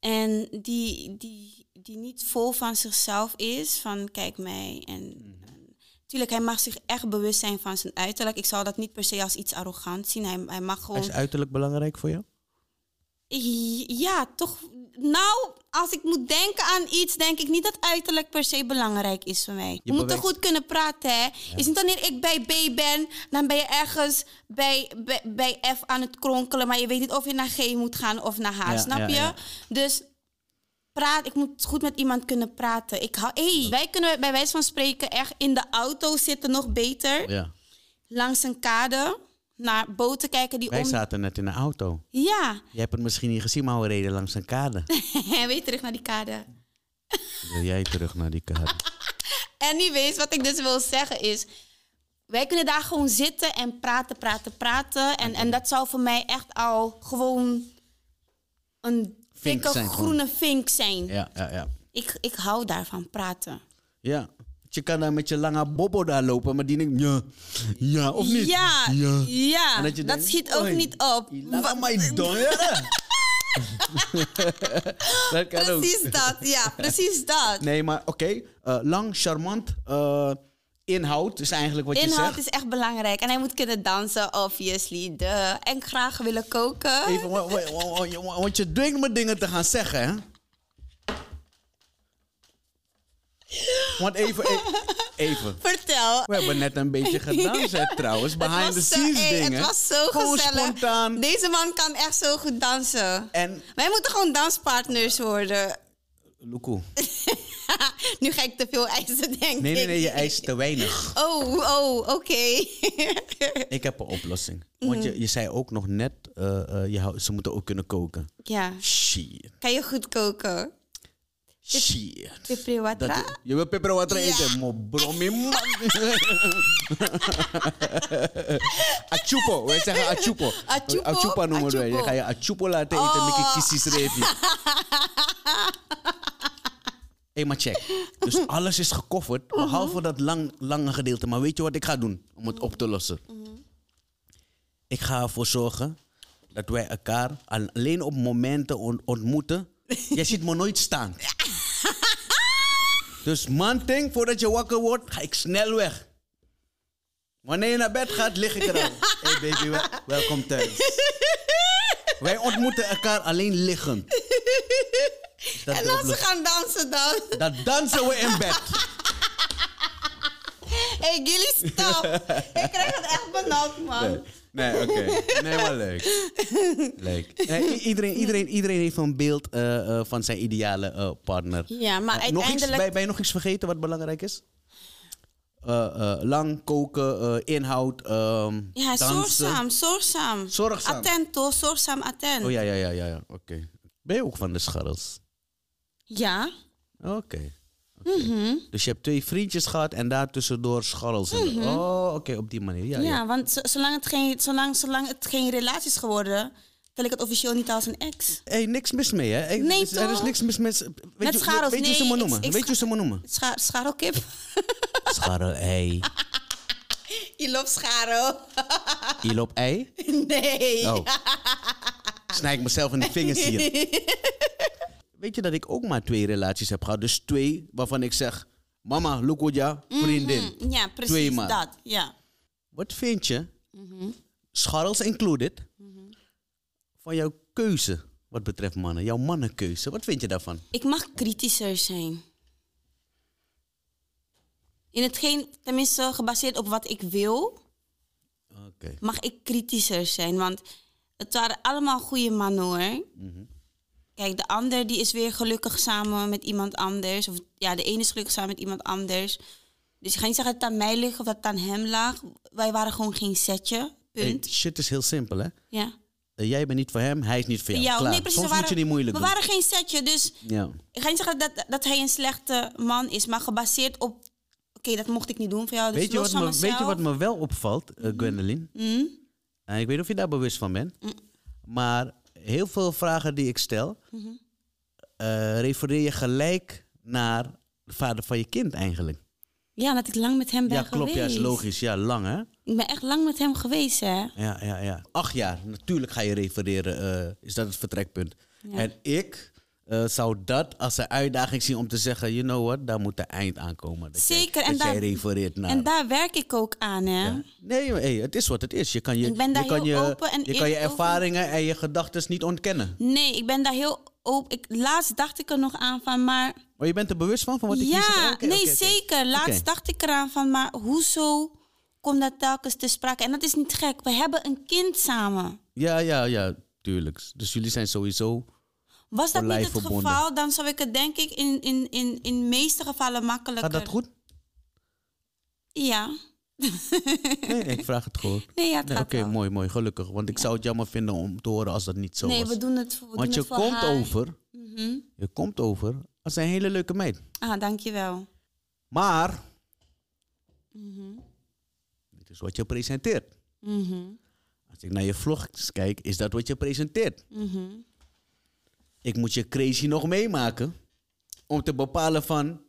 B: En die, die, die niet vol van zichzelf is, van kijk mij. En,
A: Mhm.
B: en tuurlijk, hij mag zich echt bewust zijn van zijn uiterlijk. Ik zou dat niet per se als iets arrogant zien. Hij, hij mag gewoon
A: Is uiterlijk belangrijk voor jou?
B: ja, toch. Nou, als ik moet denken aan iets, denk ik niet dat uiterlijk per se belangrijk is voor mij. Je, moet toch
A: bewijst-
B: goed kunnen praten, hè? Is niet wanneer ik bij B ben, dan ben je ergens bij, bij, bij F aan het kronkelen, maar je weet niet of je naar G moet gaan of naar H,
A: Ja,
B: snap
A: ja,
B: je?
A: ja.
B: Dus praat, ik moet goed met iemand kunnen praten. Ik hou, hey, wij kunnen bij wijze van spreken echt in de auto zitten, nog beter,
A: Ja.
B: langs een kade, naar boten kijken die
A: Wij
B: om.
A: zaten net in een auto.
B: Ja,
A: Je hebt het misschien niet gezien, maar we reden langs een kade.
B: weer terug naar die kade.
A: Wil jij terug naar die kade?
B: Anyways, wat ik dus wil zeggen is... Wij kunnen daar gewoon zitten en praten, praten, praten. En, en dat zou voor mij echt al gewoon een
A: Vink
B: dikke
A: zijn gewoon.
B: groene vink zijn.
A: Ja, ja, ja.
B: Ik, ik hou daarvan praten.
A: Ja. Je kan daar met je lange bobbo daar lopen, maar die denkt, ja, ja, of niet?
B: Ja, ja.
A: En
B: dat
A: je denkt,
B: schiet ook
A: "Oei,
B: niet op. Wa-
A: Laat mij donderen. dat kan ook.
B: Precies dat, ja, precies dat.
A: Nee, maar oké. eh, lang, charmant. eh, inhoud is eigenlijk wat je
B: Inhoud
A: zegt.
B: is echt belangrijk. En hij moet kunnen dansen, obviously. Duh. En graag willen koken.
A: Even, wa- wa- wa- wa- wa- wa- want je dwingt me dingen te gaan zeggen, hè? Want even, e- even.
B: Vertel.
A: We hebben net een beetje gedanst, hè, trouwens. Behind the
B: was zo-
A: scenes
B: hey,
A: dingen.
B: Het was zo
A: Gewoon
B: gezellig.
A: spontaan.
B: Deze man kan echt zo goed dansen.
A: En,
B: Wij moeten gewoon danspartners worden.
A: Loekoe.
B: nu ga ik te veel eisen, denk
A: Nee, nee,
B: ik.
A: nee, je eist te weinig.
B: Oh, oh, oké.
A: Ik heb een oplossing. Want je, je zei ook nog net, eh, eh, je hou- ze moeten ook kunnen koken.
B: ja,
A: Shit.
B: kan je goed koken?
A: Shit.
B: Pipri
A: Dat,
B: watra?
A: je wil peperwater
B: Ja.
A: eten? Mo bromi man. achupo, wij zeggen achupo.
B: Achupo,
A: Achupa noemen wij. Je
B: achupo. Oh.
A: ga je achupo laten eten met je kisses revi. Hé, maar check. Dus alles is gekofferd,
B: Mhm.
A: behalve dat lang, lange gedeelte. Maar weet je wat ik ga doen om het op te lossen?
B: Mhm.
A: Ik ga ervoor zorgen dat wij elkaar al- alleen op momenten on- ontmoeten. Jij ziet me nooit staan. Dus man, denk voordat je wakker wordt, ga ik snel weg. Wanneer je naar bed gaat, lig ik er al. Hey baby, wel- welkom thuis. Wij ontmoeten elkaar alleen liggend. Is dat
B: En
A: de
B: als Nou, ze
A: oplossing?
B: gaan dansen dan.
A: Dan dansen we in bed.
B: Hé, hey, Gilly, stop. ik krijg het echt benauwd, man.
A: Nee, oké. Nee, maar leuk. Leuk. Eh, iedereen, iedereen, iedereen heeft een beeld eh, eh, van zijn ideale eh, partner.
B: Ja, maar
A: Eh, nog iets-
B: uiteindelijk-
A: ben, ben je nog iets vergeten wat belangrijk is? Eh, eh, lang, koken, eh, inhoud, ehm
B: Ja,
A: dansen.
B: zorgzaam, zorgzaam.
A: Zorgzaam.
B: Attent, hoor. Zorgzaam, attent.
A: Oh ja, ja, ja, ja, ja. oké. Ben je ook van de scharrels?
B: ja.
A: Oké. Oké.
B: Mhm.
A: Dus je hebt twee vriendjes gehad en daartussendoor scharrels. en- Oh, oké, op die manier. Ja,
B: Mhm. Ja,
A: ja.
B: want zo- zolang het, geen, zolang, zolang het geen relatie is geworden, tel ik het officieel niet als een ex.
A: Hé, niks mis mee, hè? Ik-
B: Nee,
A: dus er is
B: toch?
A: niks mis met... Weet
B: Met
A: je-
B: scharrels,
A: Weet je hoe ze
B: nee,
A: me
B: ik-
A: noemen?
B: ik
A: Weet je hoe ze me noemen?
B: Scha scharelkip?
A: Scharrel ei.
B: Je loopt scharel.
A: Je loopt ei?
B: Nee.
A: Oh. Snij ik mezelf in de vingers hier. Weet je dat ik ook maar twee relaties heb gehad? Dus twee waarvan ik zeg... Mama, Lukoja, vriendin.
B: Hm, Ja, precies
A: Twee maal.
B: dat. Ja. Mhm.
A: Wat vind je? Scharrels included. van jouw keuze wat betreft mannen? Jouw mannenkeuze, wat vind je daarvan?
B: Ik mag kritischer zijn. In hetgeen, tenminste gebaseerd op wat ik wil,
A: Oké.
B: mag ik kritischer zijn. Want het waren allemaal goede mannen hoor.
A: Mhm.
B: Kijk, de ander die is weer gelukkig samen met iemand anders. Of ja, de ene is gelukkig samen met iemand anders. Dus ik ga niet zeggen dat het aan mij ligt of dat het aan hem lag. Wij waren gewoon geen setje.
A: Hey,
B: Punt.
A: shit is heel simpel, hè?
B: Ja.
A: Eh, jij bent niet voor hem, hij is niet voor jou.
B: Ja,
A: Klaar.
B: nee, precies,
A: Soms
B: we waren-
A: moet je niet moeilijk
B: We
A: doen.
B: waren geen setje, dus
A: Ja.
B: ik ga niet zeggen dat, dat hij een slechte man is, maar gebaseerd op. Oké, dat mocht ik niet doen voor jou. Dus
A: Weet, je
B: los
A: wat
B: van Mhm.
A: me, weet je
B: mezelf. Hm?
A: wat me wel opvalt, eh, Gwendoline? En Eh, ik weet niet of je daar bewust van bent.
B: Mm.
A: Maar heel veel vragen die ik stel,
B: Mhm.
A: eh, refereer je gelijk naar de vader van je kind eigenlijk.
B: Ja, dat ik lang met hem ben
A: ja, klopt.
B: geweest.
A: Ja, is logisch. Ja, lang hè?
B: Ik ben echt lang met hem geweest, hè?
A: Ja, ja, ja. Acht jaar, natuurlijk ga je refereren. eh, is dat het vertrekpunt? En ik eh, zou dat als een uitdaging zien om te zeggen: you know what, daar moet een eind aan komen. Dat jij-
B: Zeker, en
A: dat jij
B: daar-
A: refereert naar.
B: En daar werk ik ook aan, hè?
A: Nee, maar, hey, het is wat het is. Je kan je,
B: Ik ben daar
A: je, kan
B: heel
A: je,
B: open en
A: je, kan je
B: eerlijk over.
A: ervaringen en je gedachten niet ontkennen.
B: Nee, ik ben daar heel open. Ik, laatst dacht ik er nog aan van, maar.
A: Maar je bent er bewust van, van wat ik hier zeg?
B: ja,
A: Oh, oké,
B: nee,
A: oké, oké.
B: zeker. Laatst
A: Oké.
B: dacht ik eraan van, maar hoezo komt dat telkens te sprake? En dat is niet gek. We hebben een kind samen.
A: Ja, ja, ja, tuurlijk. Dus jullie zijn sowieso...
B: Was
A: Voor
B: dat niet
A: lijf
B: het
A: verbonden.
B: geval, dan zou ik het denk ik in de in, in, in meeste gevallen makkelijker.
A: Gaat dat goed?
B: Ja.
A: Nee, nee, ik vraag het gewoon.
B: Nee, ja, het
A: Nee,
B: gaat
A: Oké,
B: wel.
A: mooi, mooi, gelukkig. Want ik zou het jammer vinden om te horen als dat niet zo
B: Nee,
A: was.
B: we doen het voor we
A: Want
B: doen
A: je
B: het voor
A: komt
B: haar.
A: over,
B: Mhm.
A: je komt over als een hele leuke meid.
B: Ah, dankjewel.
A: Maar, dit is wat je presenteert.
B: Mhm.
A: Als ik naar je vlogs kijk, is dat wat je presenteert.
B: Mhm.
A: Ik moet je crazy nog meemaken om te bepalen van,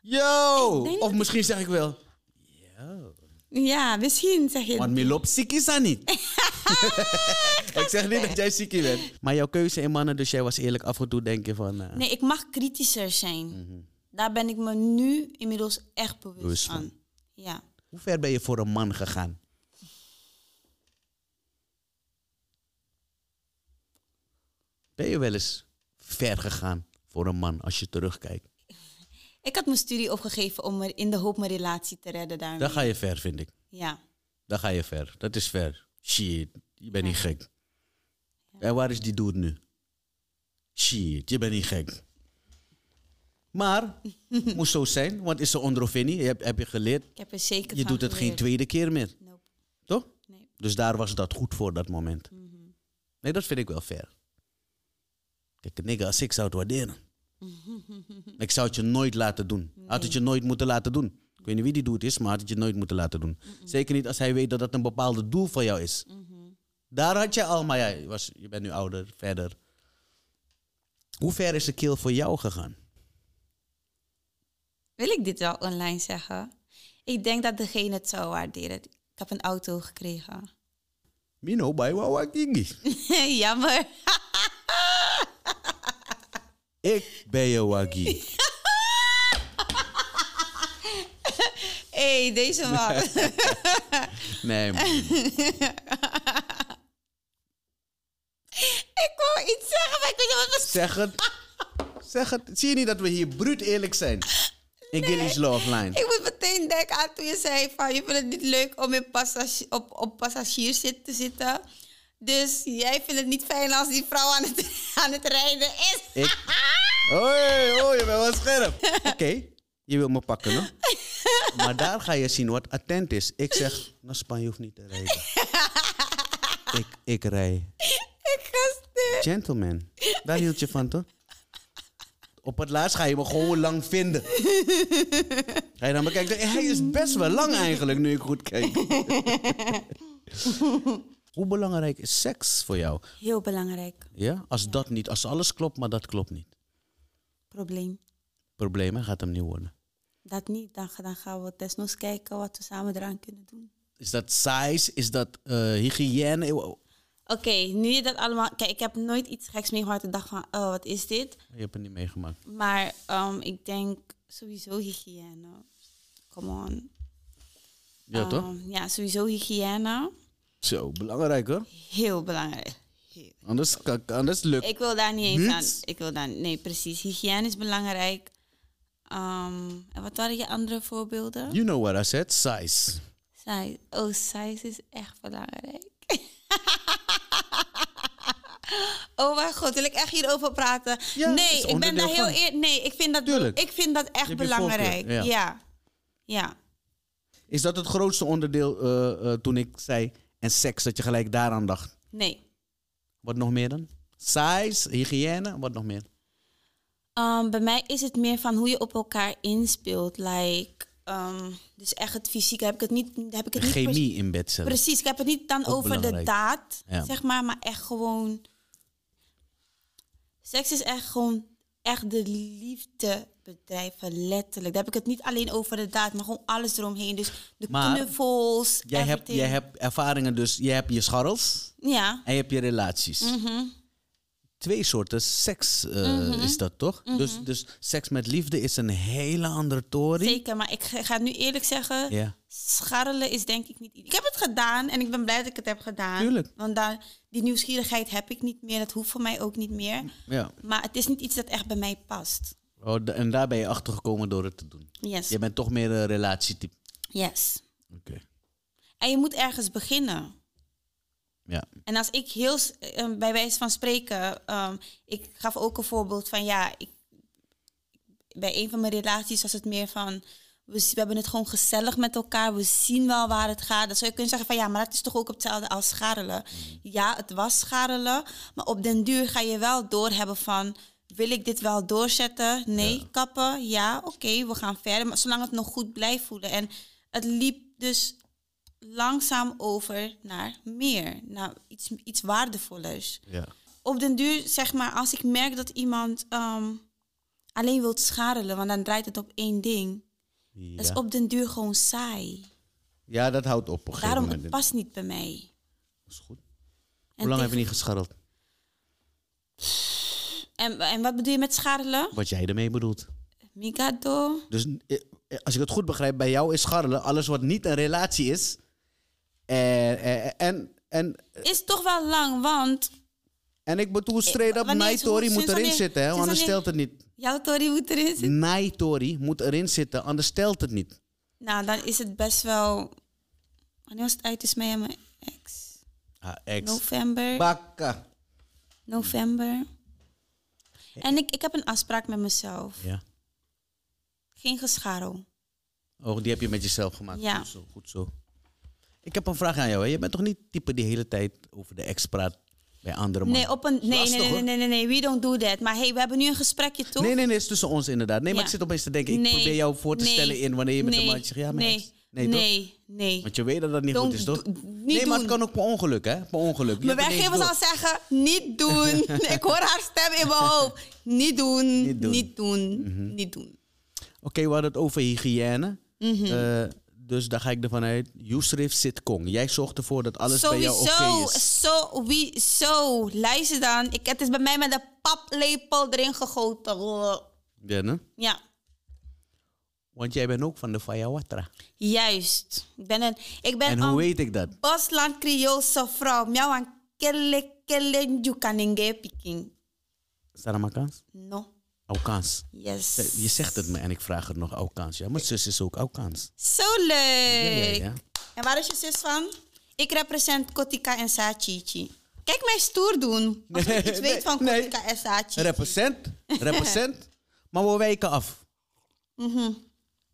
A: yo!
B: Ik denk
A: Of misschien zeg ik wel,
B: Ja, misschien zeg je.
A: want Milop ziek is dan niet. ik zeg niet dat jij ziek bent. Maar jouw keuze in mannen, dus jij was eerlijk af en toe denk je van, eh,
B: Nee, ik mag kritischer zijn. Daar ben ik me nu inmiddels echt bewust,
A: Mhm. Bewust van.
B: van. Ja.
A: hoe ver ben je voor een man gegaan? Ben je wel eens ver gegaan voor een man als je terugkijkt?
B: Ik had mijn studie opgegeven om er in de hoop mijn relatie te redden daarmee.
A: Dan ga je ver, vind ik.
B: Ja.
A: Dan ga je ver. Dat is ver. Shit, je bent niet gek. En waar is die dude nu? Shit, je bent niet gek. Maar, het moest zo zijn, want is er onderovinie? Heb, heb je geleerd?
B: Ik heb er zeker
A: Je
B: van
A: doet het geen
B: geleerd.
A: tweede keer meer,
B: Nope.
A: toch?
B: Nee.
A: Dus daar was dat goed voor, dat moment. Nee, dat vind ik wel fair. Kijk, een nigga als ik zou het waarderen. ik zou het je nooit laten doen. Had het je nooit moeten laten doen. Ik weet niet wie die doet is, maar had het je nooit moeten laten doen. Zeker niet als hij weet dat dat een bepaalde doel voor jou is. Daar had je al, maar ja, je, was, je bent nu ouder, verder. Hoe ver is de keel voor jou gegaan?
B: Wil ik dit wel online zeggen? Ik denk dat degene het zou waarderen. Ik heb een auto gekregen.
A: Mino bij Wawakingi.
B: Jammer.
A: ik ben je wagi.
B: Hé, hey, deze man.
A: Nee, man.
B: ik wou iets zeggen, maar ik weet niet wat het
A: Zeg het. Zeg het. Zie je niet dat we hier bruut eerlijk zijn? In Gilly's Love Line.
B: Ik moet meteen denken aan toen je zei van je vindt het niet leuk om in passagi- op, op passagierszit te zitten. Dus jij vindt het niet fijn als die vrouw aan het, aan het rijden is. Ah,
A: Ik... Hoi, oh, je bent wel scherp. Oké, je wil me pakken, hoor. Maar daar ga je zien wat attent is. Ik zeg, nou Spanje hoeft niet te rijden. Ik, ik rij.
B: Ik ga stuk.
A: Gentleman. Daar hield je van, toch? Op het laatst ga je me gewoon lang vinden. Ga je dan bekijken. Hij is best wel lang eigenlijk, nu ik goed kijk. Hoe belangrijk is seks voor jou?
B: Heel belangrijk
A: Ja? Als dat niet, als alles klopt, maar dat klopt niet.
B: probleem.
A: Problemen gaat hem niet worden.
B: Dat niet, dan, dan gaan we desnoods kijken wat we samen eraan kunnen doen.
A: Is dat size? Is dat eh, hygiëne? Oh,
B: Oké, nu je dat allemaal... Kijk, ik heb nooit iets geks meegemaakt en dacht van, oh, wat is dit?
A: Je hebt het niet meegemaakt.
B: Maar ehm, ik denk sowieso hygiëne. Come on.
A: Ja, toch?
B: Oh. Ehm, ja, sowieso hygiëne.
A: Zo, belangrijk hoor.
B: Heel belangrijk. Heel.
A: Anders, kan- anders lukt
B: Ik wil daar niet eens aan.
A: Niets?
B: Ik wil daar, nee, precies. Hygiëne is belangrijk. Ehm, en wat waren je andere voorbeelden?
A: You know what I said, size.
B: Size. Oh, size is echt belangrijk. oh mijn god, wil ik echt hierover praten?
A: Ja, het
B: nee,
A: is
B: ik ben daar
A: onderdeel
B: heel
A: van.
B: eer. Nee, ik vind dat,
A: Tuurlijk.
B: ik vind dat
A: hebt
B: echt
A: je
B: belangrijk. Ja.
A: voorkeur,
B: ja. Ja.
A: Is dat het grootste onderdeel eh, eh, toen ik zei en seks, dat je gelijk daaraan dacht?
B: nee.
A: Wat nog meer dan? Size, hygiëne, wat nog meer?
B: Ehm, bij mij is het meer van hoe je op elkaar inspeelt. Like, ehm, dus echt het fysieke heb ik het niet. Heb ik het niet per-
A: Chemie in bed zelf.
B: Precies, ik heb het niet dan
A: Ook
B: over de
A: belangrijk.
B: daad,
A: Ja.
B: zeg maar, maar echt gewoon. Seks is echt gewoon echt de liefde bedrijven, letterlijk. Daar heb ik het niet alleen over de daad, maar gewoon alles eromheen. Dus de
A: Maar
B: knuffels,
A: Jij hebt,
B: everything.
A: jij hebt ervaringen, dus je hebt je scharrels
B: Ja,
A: en je hebt je relaties.
B: Mhm.
A: Twee soorten seks eh, is dat toch?
B: Mhm.
A: dus, dus seks met liefde is een hele andere tory.
B: zeker. Maar ik ga ga nu eerlijk zeggen,
A: Ja.
B: scharrelen is denk ik niet... Ik heb het gedaan en ik ben blij dat ik het heb gedaan.
A: Tuurlijk.
B: Want daar, die nieuwsgierigheid heb ik niet meer. Dat hoeft voor mij ook niet meer.
A: ja.
B: Maar het is niet iets dat echt bij mij past.
A: Oh, da- en daar ben je achter gekomen door het te doen.
B: Yes.
A: Je bent toch meer een relatietype.
B: Yes.
A: Oké.
B: En je moet ergens beginnen.
A: Ja.
B: En als ik heel, s- eh, bij wijze van spreken, ehm, ik gaf ook een voorbeeld van ja, ik, bij een van mijn relaties was het meer van, we, z- we hebben het gewoon gezellig met elkaar, we zien wel waar het gaat. Dan zou je kunnen zeggen van ja, maar dat is toch ook hetzelfde als scharrelen. Ja, het was scharrelen, maar op den duur ga je wel doorhebben van, wil ik dit wel doorzetten? Nee, kappen, ja, oké, we gaan verder. Maar zolang het nog goed blijft voelen. En het liep dus langzaam over naar meer, naar iets, iets waardevollers.
A: ja.
B: Op den duur, zeg maar, als ik merk dat iemand ehm, alleen wilt scharrelen, want dan draait het op één ding, dat is
A: Ja.
B: op den duur gewoon saai.
A: ja, dat houdt op. op een gegeven
B: Daarom,
A: moment.
B: het past niet bij mij.
A: Is goed.
B: En,
A: Hoe lang heb je
B: tegen-
A: niet gescharreld?
B: en, en wat bedoel je met scharrelen?
A: Wat jij ermee bedoelt.
B: Migado.
A: Dus eh, eh, als ik het goed begrijp, bij jou is scharrelen alles wat niet een relatie is. En, en, en, en,
B: Is toch wel lang, want
A: en ik bedoel, straight up,
B: Eh, wanneer-
A: Naitori
B: hoe-
A: moet
B: sinds
A: erin
B: wanneer-
A: zitten, hè?
B: sinds
A: anders
B: wanneer-
A: stelt het niet.
B: jouw Tori moet erin zitten.
A: Naitori moet erin zitten, anders stelt het niet.
B: Nou, dan is het best wel. Wanneer was het uit is mij en mijn ex?
A: Ah, ex.
B: November.
A: Bakka.
B: November. En ik, ik heb een afspraak met mezelf.
A: Ja.
B: Geen gescharrel.
A: Oh, die heb je met jezelf gemaakt.
B: Ja.
A: Goed zo, goed zo. Ik heb een vraag aan jou. Hè. Je bent toch niet type die de hele tijd over de ex praat bij andere mannen?
B: Nee, op een, nee,
A: lastig,
B: nee, nee,
A: hoor.
B: nee, nee, nee, we don't do that. Maar hey, we hebben nu een gesprekje, toch?
A: Nee, nee, nee, het is tussen ons inderdaad. Nee, maar
B: Ja.
A: ik zit opeens te denken, ik
B: Nee,
A: probeer jou voor te
B: nee,
A: stellen in wanneer je met
B: nee,
A: een maatje zegt, ja, mijn ex.
B: nee, nee,
A: toch?
B: nee, nee.
A: Want je weet dat dat niet
B: Don't
A: goed is, toch?
B: do- niet
A: nee, maar het
B: doen.
A: kan ook per ongeluk, hè? Per ongeluk. Je
B: Mijn
A: hebt ineens door.
B: werkgever zal zeggen, niet doen. ik hoor haar stem in mijn hoofd. Niet doen,
A: Niet doen. Mhm.
B: niet doen, niet doen.
A: Oké, we hadden het over hygiëne.
B: Mhm.
A: Eh, dus daar ga ik ervan uit. Yusrif zit kong. Jij zorgt ervoor dat alles bij jou oké
B: Sowieso,
A: is.
B: sowieso. Luister dan. Ik, het is bij mij met een paplepel erin gegoten.
A: Ja, hè?
B: Ja.
A: Want jij bent ook van de Fayawatra.
B: Juist. Ik ben een, ik ben
A: En
B: een
A: hoe weet ik dat?
B: Bosland Creoolse vrouw. Miauw aan kelle kelle jukaninge piking.
A: Saramakaans?
B: No.
A: Aukaans. Eh,
B: Yes.
A: Je zegt het me en ik vraag het nog Aukaans. Ja, mijn zus is ook Aukaans.
B: Zo
A: Ja, ja,
B: leuk.
A: ja.
B: En waar is je zus van? Ik represent Kotika en Sachichi. Kijk mij stoer doen. Als ik iets weet van
A: nee.
B: Kotika en Sachichi.
A: Represent. Represent. maar we wijken af.
B: Mhm.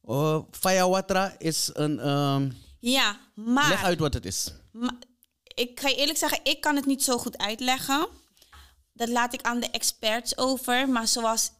A: Eh, Fayawatra is een... ehm,
B: Ja, maar...
A: Leg uit wat het is.
B: Maar ik ga je eerlijk zeggen, ik kan het niet zo goed uitleggen. Dat laat ik aan de experts over. Maar zoals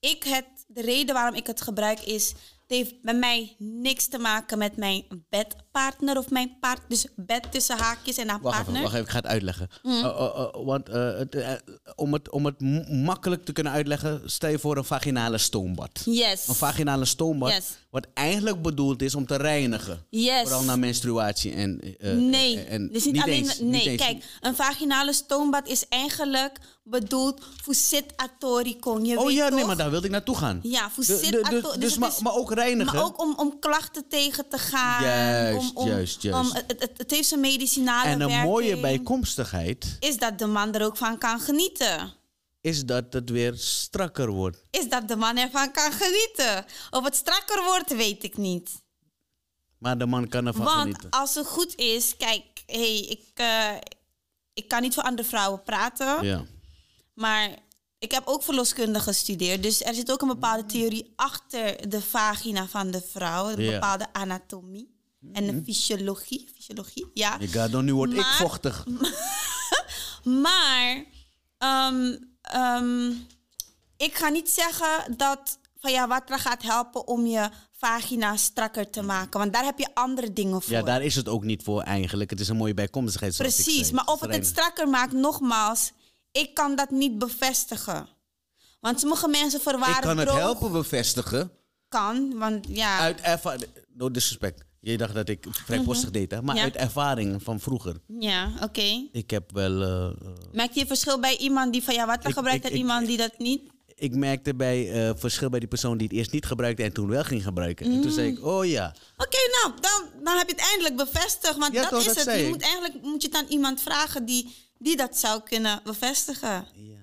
B: ik het, de reden waarom ik het gebruik is, het heeft bij mij niks te maken met mijn bedpartner of mijn paard. Dus bed tussen haakjes en haar
A: Wacht even,
B: partner. Mhm.
A: wacht even, ik ga het uitleggen. Eh, eh, eh, want eh, het, eh, om het, om het m- makkelijk te kunnen uitleggen, stel je voor een vaginale stoombad.
B: Yes.
A: Een vaginale stoombad
B: Yes.
A: Wat eigenlijk bedoeld is om te reinigen.
B: Yes.
A: Vooral na menstruatie en... eh,
B: Nee,
A: en- en
B: dus niet, alleen.
A: eens,
B: nee,
A: niet eens.
B: kijk, een vaginale stoombad is eigenlijk bedoeld voor zit atoricon. Je
A: Oh
B: weet
A: ja,
B: toch?
A: nee, maar daar wilde ik naartoe gaan.
B: Ja, voor
A: De- de-
B: zit
A: de-
B: ato-
A: dus
B: dus het
A: maar,
B: is-
A: maar ook reinigen.
B: Maar ook om, om klachten tegen te gaan.
A: Juist,
B: om, om,
A: juist, juist.
B: om- het, het, het heeft zijn medicinale
A: en een
B: werking.
A: mooie bijkomstigheid
B: Is dat de man er ook van kan genieten?
A: is dat het weer strakker wordt.
B: Is dat de man ervan kan genieten? Of het strakker wordt, weet ik niet.
A: Maar de man kan ervan
B: Want
A: genieten.
B: als het goed is, kijk, hey, ik, eh, ik kan niet voor andere vrouwen praten.
A: Ja.
B: Maar ik heb ook verloskunde gestudeerd. Dus er zit ook een bepaalde theorie achter de vagina van de vrouw. Een
A: Ja. Mhm.
B: bepaalde anatomie. En de fysiologie. Fysiologie, ja.
A: Ik ga dan nu word ik
B: Maar-
A: vochtig.
B: Maar ehm, ehm, ik ga niet zeggen dat van ja, water gaat helpen om je vagina strakker te maken. Want daar heb je andere dingen voor.
A: Ja, daar is het ook niet voor eigenlijk. Het is een mooie bijkomstigheid. zoals ik
B: Precies,
A: zei.
B: maar of het het
A: Reinigen.
B: strakker maakt, nogmaals, ik kan dat niet bevestigen. Want sommige mensen verwaren
A: Ik kan het
B: droog
A: helpen bevestigen.
B: kan, want ja.
A: Uit ervaring. No disrespect. Je dacht dat ik vrijpostig deed, hè? Maar
B: Mhm. Ja.
A: uit ervaring van vroeger.
B: Ja, oké.
A: Ik heb wel. eh, eh,
B: Maakt je verschil bij iemand die van ja water
A: Ik-
B: gebruikt
A: ik-
B: en
A: ik-
B: iemand die dat niet?
A: ik merkte bij eh, verschil bij die persoon die het eerst niet gebruikte en toen wel ging gebruiken. En
B: Mm.
A: toen zei ik, oh ja.
B: Oké, nou, dan, dan heb je het eindelijk bevestigd. Want
A: Ja,
B: dat
A: toch,
B: is
A: dat
B: het.
A: zei
B: Je
A: ik.
B: moet eigenlijk moet je het aan iemand vragen die, die dat zou kunnen bevestigen.
A: ja.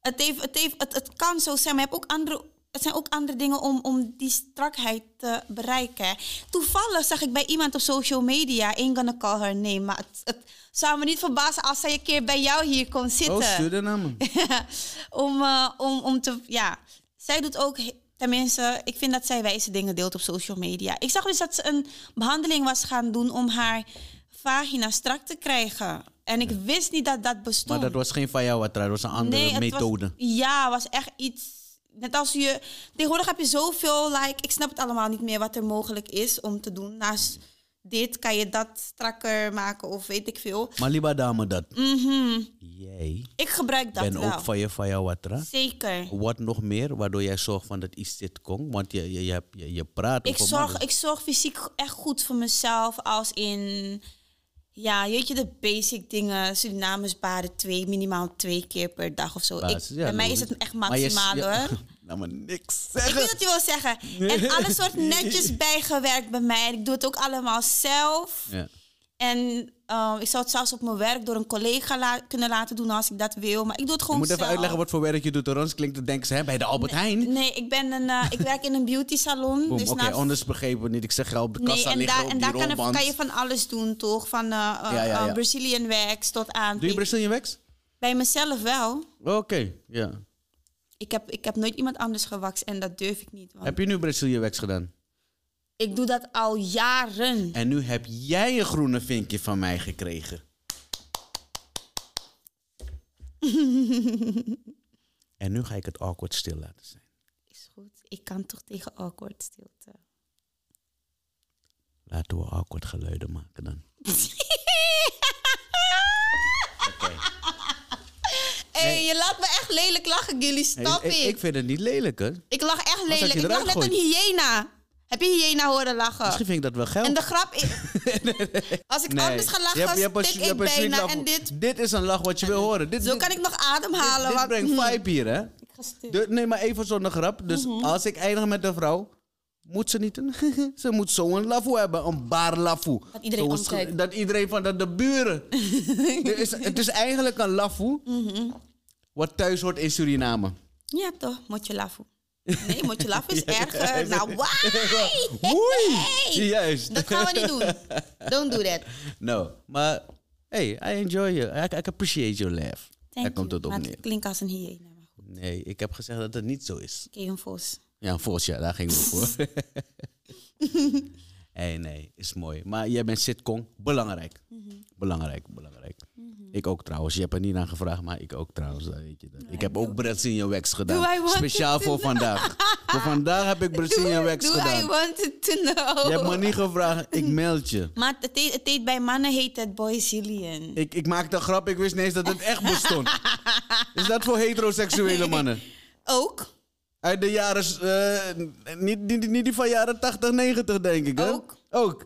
B: Het, heeft, het, heeft, het, het kan zo zijn, maar je hebt ook andere, het zijn ook andere dingen om, om die strakheid te bereiken. hè. Toevallig zag ik bij iemand op social media, ain't gonna call her name, maar het, het zou me niet verbazen als zij een keer bij jou hier kon zitten.
A: Oh, stuur de namen.
B: om, eh, om, om te. Ja, zij doet ook. he- Tenminste, ik vind dat zij wijze dingen deelt op social media. Ik zag dus dat ze een behandeling was gaan doen om haar vagina strak te krijgen. En ik wist niet dat dat bestond.
A: Maar dat was geen Fayawatra, dat was een andere
B: het was-
A: methode.
B: ja, was echt iets. Net als je. Tegenwoordig heb je zoveel. Like, ik snap het allemaal niet meer wat er mogelijk is om te doen. Naast dit kan je dat strakker maken of weet ik veel.
A: Maar liever dame dat. Jij
B: Ik gebruik Mhm. dat
A: bent
B: wel.
A: ook van je Fayawatra.
B: Zeker.
A: Wat nog meer, waardoor jij zorgt van dat iets zit kon. Want je, je, je, hebt- je, je praat
B: ik
A: over
B: zorg,
A: mannen.
B: ik zorg fysiek echt goed voor mezelf. Als in, ja, je weet je, de basic dingen. Surinamers baden twee, minimaal twee keer per dag of zo.
A: Basis,
B: ik,
A: ja,
B: bij mij is
A: logisch.
B: het echt
A: Maar je-
B: maximaal
A: ja,
B: hoor.
A: nou, maar niks
B: Ik
A: zeggen.
B: weet dat je wil zeggen. En alles wordt netjes bijgewerkt bij mij. Ik doe het ook allemaal zelf.
A: Ja.
B: En ehm, ik zou het zelfs op mijn werk door een collega la- kunnen laten doen als ik dat wil. Maar ik doe het
A: Je
B: gewoon
A: moet even
B: zelf.
A: uitleggen wat voor werk je doet. Door ons klinkt het denken ze hè, bij de Albert Heijn.
B: Nee, ik, ben een, eh, ik werk in een beauty salon.
A: Boom,
B: dus
A: Oké,
B: na-
A: anders begrepen niet. Ik zeg al op de
B: Nee,
A: kassa
B: en
A: liggen
B: daar,
A: op
B: en
A: die
B: daar kan, er-
A: rolband.
B: kan je van alles doen, toch? Van eh, eh,
A: Ja, ja,
B: eh,
A: ja.
B: Brazilian wax tot aan.
A: Doe je Brazilian wax?
B: Bij mezelf wel.
A: Oké, ja.
B: Oh. Ik heb, ik heb nooit iemand anders gewakst en dat durf ik niet. Want
A: Heb je nu Brazilian wax gedaan?
B: Ik doe dat al jaren.
A: En nu heb jij een groene vinkje van mij gekregen. en nu ga ik het awkward stil laten zijn.
B: Is goed. Ik kan toch tegen awkward stilte.
A: Laten we awkward geluiden maken dan.
B: Hé, je laat me echt lelijk lachen, Gilly. Stop
A: ik,
B: ik,
A: ik vind het niet lelijk, hè?
B: Ik lach echt
A: je
B: lelijk. Ik
A: eruit
B: lach net
A: gooit.
B: een hyena. Heb je hyena horen lachen?
A: Misschien vind ik dat wel geld.
B: En de grap is... Als ik anders ga lachen,
A: Je hebt- je hebt een-
B: stik
A: je
B: ik
A: hebt een sweet
B: bijna.
A: lach.
B: En dit...
A: Dit is een lach wat je wil horen. Dit,
B: Zo
A: dit-
B: kan ik nog ademhalen.
A: Dit
B: want-
A: brengt vibe hier, hè?
B: Ik ga stil.
A: De- nee, maar even zonder grap. Dus
B: Mhm.
A: als ik eindig met een vrouw, moet ze niet een... ze moet zo'n lafoe hebben, een baarlafoe.
B: Dat iedereen
A: Zo'n
B: omkijkt.
A: schri- Dat iedereen van dat de buren. Er is, het is eigenlijk een lafoe
B: Mhm.
A: wat thuis hoort in Suriname.
B: Ja, toch? Motje Lafu. Nee, Motje Lafu is erger. Nou, why?
A: Oei! Juist.
B: Dat gaan we niet doen. Don't do that.
A: Nou, maar hey, I enjoy you. I, I appreciate your laugh.
B: Thank
A: Daar komt
B: you.
A: het op
B: Maar
A: neer.
B: klinkt als een hyena. maar goed.
A: Nee, ik heb gezegd dat het niet zo is.
B: Oké, een vos.
A: Ja, een volgend jaar, daar ging we voor. hey, nee, is mooi. Maar jij bent sitcom, belangrijk.
B: Mhm.
A: Belangrijk, belangrijk. Ik ook trouwens. Je hebt er niet aan gevraagd, maar ik ook trouwens. dat Weet je dat. ik heb ook Brazilian Wax
B: I
A: gedaan.
B: want
A: Speciaal
B: it to
A: voor vandaag. voor vandaag heb ik Brazilian Wax
B: Do I
A: gedaan.
B: want it to
A: Je hebt
B: know?
A: me niet gevraagd, ik meld je.
B: Maar het heet, het heet bij mannen heet het boyzilian.
A: Ik, ik maakte een grap, ik wist niet eens dat het echt bestond. Is dat voor heteroseksuele mannen?
B: Ook.
A: Uit de jaren. eh, niet, niet, niet die van jaren 80, 90, denk ik. Hè?
B: Ook. Mhm.
A: Ook.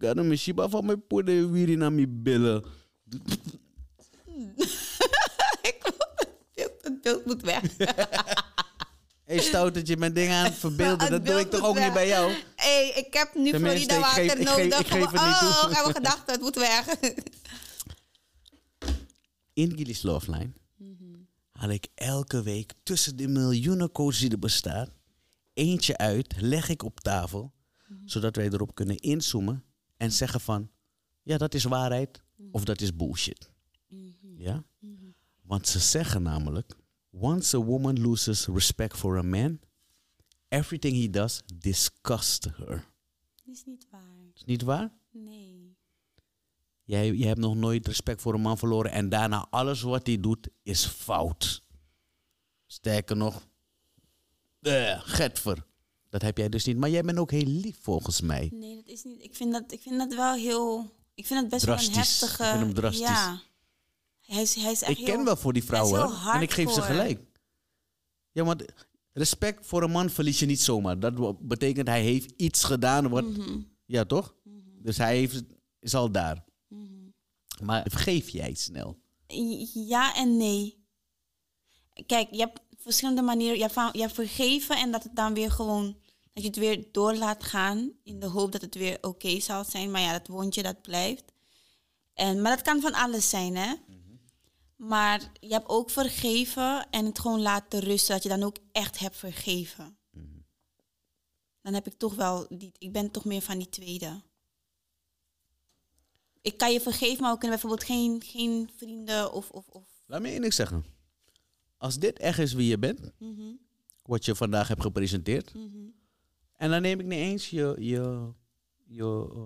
A: Ik had een shiba van mijn poeder weer in aan mijn billen.
B: Het- Het beeld moet weg.
A: Hé, stout dat je mijn dingen aan het verbeelden.
B: Het
A: Dat doe
B: beeld
A: ik toch
B: moet
A: ook
B: weg.
A: niet bij jou?
B: hey, ik heb nu
A: Tenminste,
B: Florida
A: ik
B: water
A: geef- ik
B: nodig.
A: geef- ik geef het niet
B: oh,
A: toe.
B: ik heb gedacht, het moet weg.
A: in Gilly's Love Line haal ik elke week tussen de miljoenen codes die er bestaan, eentje uit, leg ik op tafel, zodat wij erop kunnen inzoomen en zeggen van, ja, dat is waarheid of dat is bullshit. Ja? Want ze zeggen namelijk, once a woman loses respect for a man, everything he does disgusts her.
B: Dat is niet waar.
A: Is niet waar?
B: Nee.
A: Jij, jij hebt nog nooit respect voor een man verloren en daarna alles wat hij doet is fout. Sterker nog, eh, getver. Dat heb jij dus niet. Maar jij bent ook heel lief volgens mij.
B: Nee, dat is niet. Ik vind dat, ik vind dat wel heel. Ik vind dat best wel een
A: Drastisch.
B: heftige.
A: Ik vind hem drastisch.
B: Ja. Hij is, hij is echt
A: Ik ken
B: heel-
A: wel voor die
B: hij is
A: vrouwen
B: heel
A: hè, en ik geef ze
B: hardcore.
A: gelijk. Ja, want respect voor een man verlies je niet zomaar. Dat wa- betekent hij heeft iets gedaan wat... Ja, toch? Dus hij heeft, is al daar. Maar vergeef jij snel.
B: Ja en nee. Kijk, je hebt verschillende manieren. Je hebt, van- je hebt vergeven en dat het dan weer gewoon... Dat je het weer door laat gaan in de hoop dat het weer oké zal zijn. Maar ja, dat wondje, dat blijft. En, maar dat kan van alles zijn, hè? Maar je hebt ook vergeven en het gewoon laten rusten. Dat je dan ook echt hebt vergeven. Dan heb ik toch wel... Die, ik ben toch meer van die tweede. Ik kan je vergeven, maar we kunnen bijvoorbeeld geen, geen vrienden of... of, of
A: Laat me één ding zeggen. Als dit echt is wie je bent, wat je vandaag hebt gepresenteerd, en dan neem ik niet eens je, je, je eh,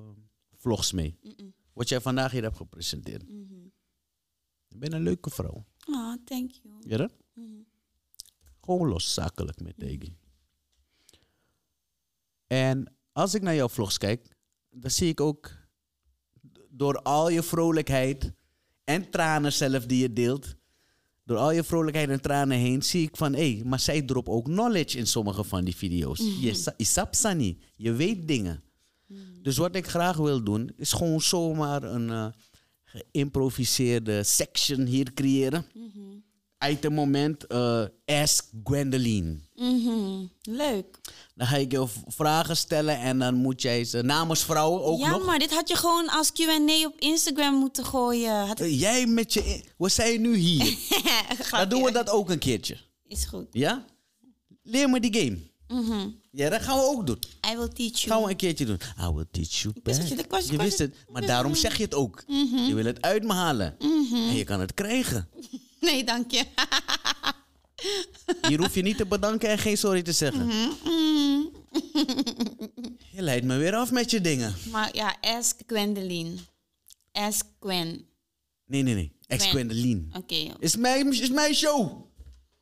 A: vlogs mee. Wat jij vandaag hier hebt gepresenteerd. Je bent een leuke vrouw.
B: Oh, thank you.
A: Ja, dat? Gewoon los, zakelijk met Egi. En als ik naar jouw vlogs kijk, dan zie ik ook d- door al je vrolijkheid en tranen zelf die je deelt, door al je vrolijkheid en tranen heen, zie ik van hé, maar zij drop ook knowledge in sommige van die video's. Je sa- je sapt Sani, je weet dingen. Dus wat ik graag wil doen, is gewoon zomaar een eh, geïmproviseerde section hier creëren uit het moment eh, Ask Gwendoline.
B: Mhm. Leuk.
A: Dan ga ik je v- vragen stellen en dan moet jij ze namens vrouwen ook
B: ja,
A: nog.
B: maar dit had je gewoon als Q&A op Instagram moeten gooien. Had
A: Eh, Jij met je. in- We zijn nu hier. dan doen we dat ook een keertje.
B: Is goed.
A: Ja? Leer me die game.
B: Mhm.
A: Ja, dat gaan we ook doen.
B: I will teach
A: Gaan
B: you.
A: we een keertje doen. I will teach you
B: wist
A: back.
B: dat je dit- ik was- ik
A: Je
B: was-
A: wist het, maar daarom zeg je het ook.
B: Mhm.
A: Je wil het uit me halen. En je kan het krijgen.
B: Nee, dank je.
A: Hier hoef je niet te bedanken en geen sorry te zeggen.
B: Mhm.
A: Je leidt me weer af met je dingen.
B: maar ja, ask Gwendoline. Ask Gwen.
A: Nee, nee, nee. Ex
B: Gwen. Oh.
A: Gwendoline.
B: Oké.
A: Is mijn, is mijn show.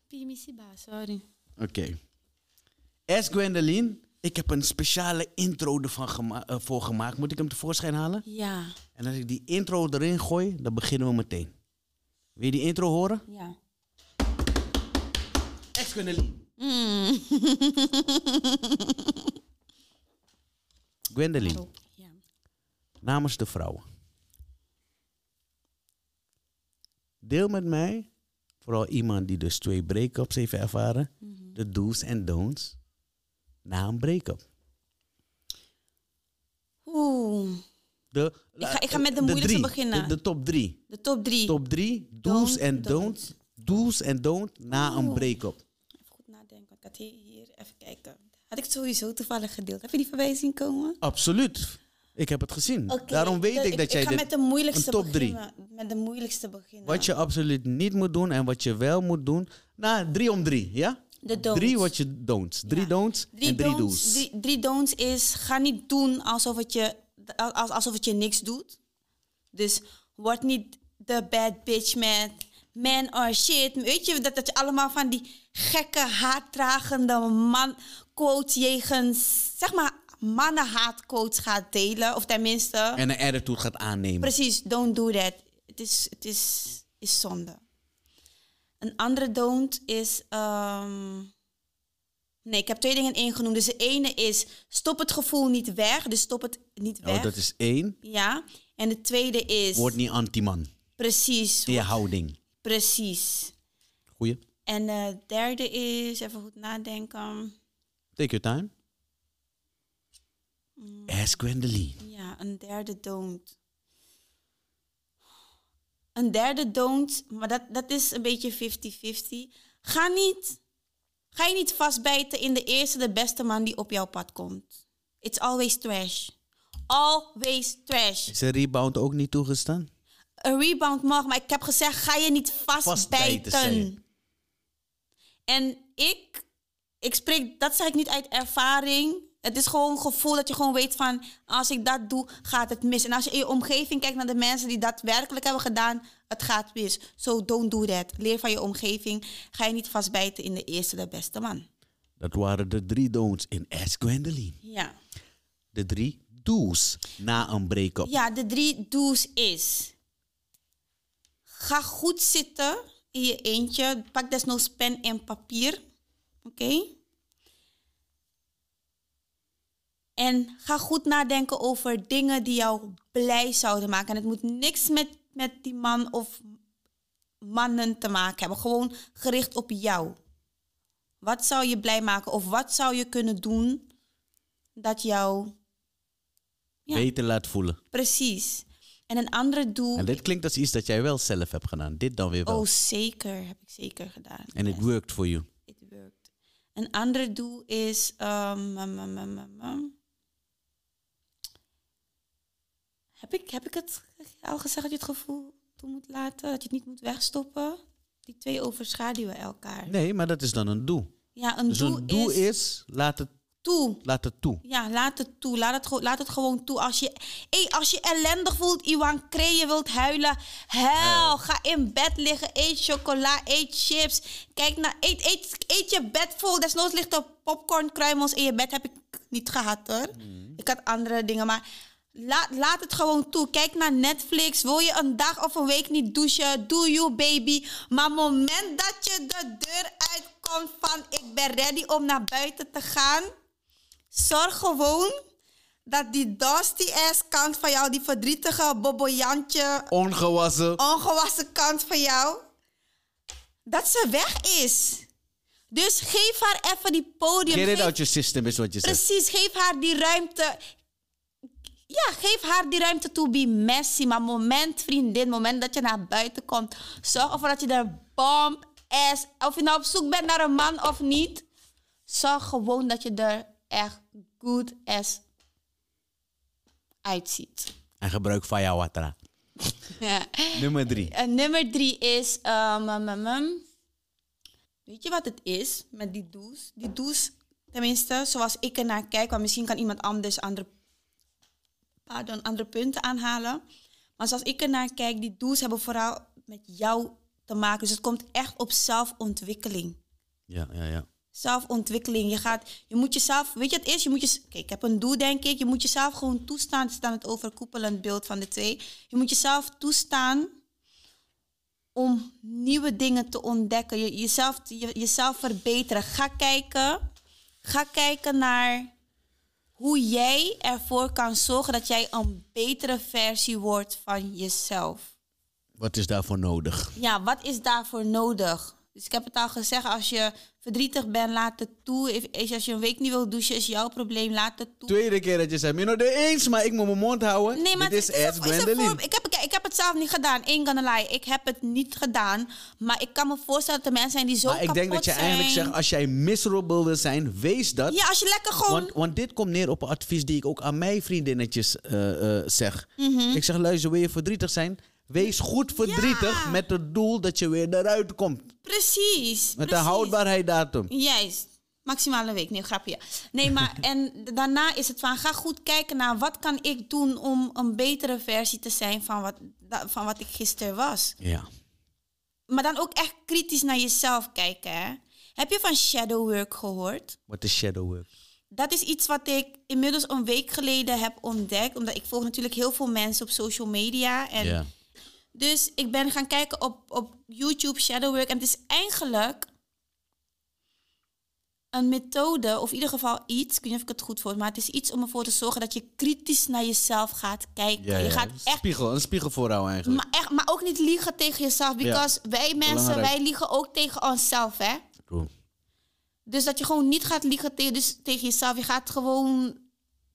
B: Pimisiba, sorry.
A: Oké. Ask Gwendoline. Ik heb een speciale intro ervan gema- eh, voor gemaakt. Moet ik hem tevoorschijn halen?
B: Ja,
A: En als ik die intro erin gooi, dan beginnen we meteen. Wil je die intro horen?
B: ja.
A: Ask Gwendoline. Gwendoline,
B: Oh, ja.
A: namens de vrouwen. Deel met mij, vooral iemand die dus twee break-ups heeft ervaren,
B: Mhm.
A: de do's en don'ts na een break-up.
B: Oeh,
A: De,
B: ga- ik ga met de moeilijkste
A: drie,
B: beginnen.
A: De, de top drie.
B: de top drie.
A: Top drie, do's
B: Don't,
A: en don'ts. Do's en don'ts na een break-up.
B: Even goed nadenken, want ik had hier, hier even kijken. Had ik het sowieso toevallig gedeeld. Heb je die voorbij zien komen?
A: Absoluut. Ik heb het gezien.
B: Oké,
A: Daarom weet
B: de-
A: ik dat jij
B: ik ga
A: dit...
B: met de moeilijkste
A: een top drie.
B: beginnen. Met de moeilijkste beginnen.
A: Wat je absoluut niet moet doen en wat je wel moet doen. Nou, drie om drie, ja?
B: De don'ts.
A: Drie wat je don'ts. Drie don'ts
B: Drie
A: en drie
B: don'ts,
A: do's.
B: Drie, drie don'ts is, ga niet doen alsof het je, al- als, alsof het je niks doet. Dus word niet de bad bitch met man or shit. Weet je, dat, dat je allemaal van die gekke, haatdragende man quotes jegens, zeg maar, mannenhaatquotes gaat delen. Of tenminste,
A: En een attitude gaat aannemen.
B: precies, don't do that. Het is, het is, is zonde. Een andere don't is, ehm, Nee, ik heb twee dingen in één genoemd. Dus de ene is stop het gevoel niet weg. Dus stop het niet weg.
A: Oh, dat is één.
B: Ja. En de tweede is
A: Word niet anti-man.
B: precies.
A: Je houding.
B: Precies.
A: Goeie.
B: En de derde is, even goed nadenken.
A: Take your time.
B: Mm.
A: Ask Gwendoline.
B: Ja, een derde don't. Een derde don't, maar dat, dat is een beetje 50-50. Ga niet, ga je niet vastbijten in de eerste, de beste man die op jouw pad komt. It's always trash. Always trash.
A: Is een rebound ook niet toegestaan?
B: Een rebound mag, maar ik heb gezegd, ga je niet
A: Vastbijten, zei je.
B: vastbijten. En ik, ik spreek, dat zeg ik niet uit ervaring. Het is gewoon een gevoel dat je gewoon weet van, als ik dat doe, gaat het mis. En als je in je omgeving kijkt naar de mensen die dat werkelijk hebben gedaan, het gaat mis. So don't do that. Leer van je omgeving. Ga je niet vastbijten in de eerste, de beste man.
A: Dat waren de drie don'ts in Ask Gwendoline.
B: Ja.
A: De drie do's na een break-up.
B: Ja, de drie do's is. Ga goed zitten in je eentje. Pak desnoods pen en papier. Oké? En ga goed nadenken over dingen die jou blij zouden maken. En het moet niks met, met die man of mannen te maken hebben. Gewoon gericht op jou. Wat zou je blij maken? Of wat zou je kunnen doen dat jou... Ja.
A: Beter laat voelen.
B: Precies. En een andere doel.
A: En dit klinkt als iets dat jij wel zelf hebt gedaan. Dit dan weer wel.
B: Oh, zeker. Heb ik zeker gedaan.
A: En it
B: Yes,
A: worked for you.
B: it worked. Een ander doel is. ehm, mm, mm, mm, mm, mm. Heb, ik, heb ik het al gezegd dat je het gevoel toe moet laten? Dat je het niet moet wegstoppen? Die twee overschaduwen elkaar.
A: Nee, maar dat is dan een doel.
B: Ja, een
A: Dus
B: doel,
A: een doel
B: is,
A: is, laat, het,
B: toe.
A: laat het toe.
B: Ja, laat het toe. Laat het, gewoon- laat het gewoon toe. Als je, hey, als je ellendig voelt, Iwan Kree, je wilt huilen. Hel, ga in bed liggen. Eet chocola, eet chips. Kijk naar, eet, eet, eet je bed vol. Desnoods ligt er popcorn, kruimels in je bed. Heb ik niet gehad hoor. Ik had andere dingen, maar... Laat, laat het gewoon toe. Kijk naar Netflix. Wil je een dag of een week niet douchen? Do you, baby. Maar moment dat je de deur uitkomt van... ik ben ready om naar buiten te gaan... Zorg gewoon dat die dusty ass kant van jou, die verdrietige bobbejantje,
A: Ongewassen.
B: Oh, ongewassen kant van jou, dat ze weg is. Dus geef haar even die podium.
A: Get it
B: Geef-
A: out your system is wat je zegt.
B: precies, geef haar die ruimte. Ja, geef haar die ruimte to be messy. Maar moment, vriendin, moment dat je naar buiten komt, zorg ervoor dat je de bomb ass, of je nou op zoek bent naar een man of niet, zorg gewoon dat je er echt good ass uitziet.
A: En gebruik Fayawatra.
B: Ja.
A: Nummer drie.
B: En Eh, nummer drie is. ehm, ehm, ehm, ehm. weet je wat het is met die do's? Die do's, tenminste, zoals ik ernaar kijk, want misschien kan iemand anders andere, pardon, andere punten aanhalen. Maar zoals ik ernaar kijk, die do's hebben vooral met jou te maken. Dus het komt echt op zelfontwikkeling
A: Ja, ja, ja.
B: zelfontwikkeling. Je, gaat, je moet jezelf, weet je wat het is? Je moet je, kijk, ik heb een doel, denk ik. Je moet jezelf gewoon toestaan. Het is dan het overkoepelend beeld van de twee. Je moet jezelf toestaan om nieuwe dingen te ontdekken. Je, jezelf, je- jezelf verbeteren. Ga kijken. Ga kijken naar hoe jij ervoor kan zorgen dat jij een betere versie wordt van jezelf.
A: Wat is daarvoor nodig?
B: Ja, wat is daarvoor nodig? Dus ik heb het al gezegd, als je verdrietig bent, laat het toe. If- is- Als je een week niet wilt douchen, is jouw probleem, laat het toe.
A: Tweede keer dat je zei, Mino, de eens, maar ik moet mijn mond houden.
B: Nee, maar
A: Dit is
B: het
A: Ask
B: een- is een vorm-
A: Gwendoline.
B: ik, heb, kijk, ik heb het zelf niet gedaan. Ain't gonna lie. Ik heb het niet gedaan. Maar ik kan me voorstellen dat er mensen zijn die zo
A: Maar ik
B: kapot
A: denk dat je
B: zijn.
A: eigenlijk zegt, als jij miserable wil zijn, wees dat.
B: Ja, als je lekker gewoon...
A: Want, want dit komt neer op een advies die ik ook aan mijn vriendinnetjes eh, eh, zeg. Ik zeg, luister, wil je verdrietig zijn? Wees goed verdrietig
B: Mhm. Ja.
A: met het doel dat je weer eruit komt.
B: precies.
A: Met
B: precies.
A: een houdbaarheidsdatum.
B: Juist. Maximaal een week. Nee, grapje. Nee, maar en daarna is het van ga goed kijken naar wat kan ik doen om een betere versie te zijn van wat, da- van wat ik gisteren was.
A: Ja.
B: Maar dan ook echt kritisch naar jezelf kijken. Hè? Heb je van shadow work gehoord?
A: Wat is shadow work?
B: Dat is iets wat ik inmiddels een week geleden heb ontdekt. Omdat ik volg natuurlijk heel veel mensen op social media. En
A: Ja.
B: dus ik ben gaan kijken op, op YouTube Shadowwork. En het is eigenlijk een methode, of in ieder geval iets, ik weet niet of ik het goed voor, maar het is iets om ervoor te zorgen dat je kritisch naar jezelf gaat kijken.
A: Ja,
B: Je
A: ja.
B: gaat echt
A: Spiegel, een spiegel voorhouden eigenlijk.
B: maar, echt, maar ook niet liegen tegen jezelf. Because wij mensen,
A: Belangrijk.
B: wij liegen ook tegen onszelf, hè.
A: Cool.
B: Dus dat je gewoon niet gaat liegen tegen, dus tegen jezelf. Je gaat gewoon,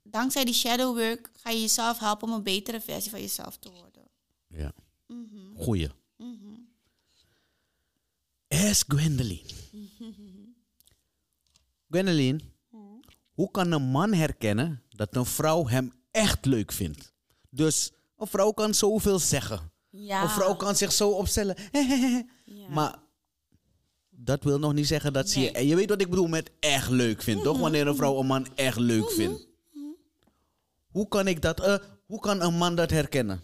B: dankzij die shadow work, ga je jezelf helpen om een betere versie van jezelf te worden.
A: Ja.
B: Mhm.
A: Goeie. Ask Gwendoline. Gwendoline,
B: Mhm.
A: hoe kan een man herkennen dat een vrouw hem echt leuk vindt? Dus een vrouw kan zoveel zeggen.
B: Ja.
A: Een vrouw kan zich zo opstellen. Maar dat wil nog niet zeggen dat ze je... en Je weet wat ik bedoel met echt leuk vindt,
B: Mhm,
A: toch? Wanneer een vrouw een man echt leuk vindt. Hoe kan ik dat... eh, hoe kan een man dat herkennen?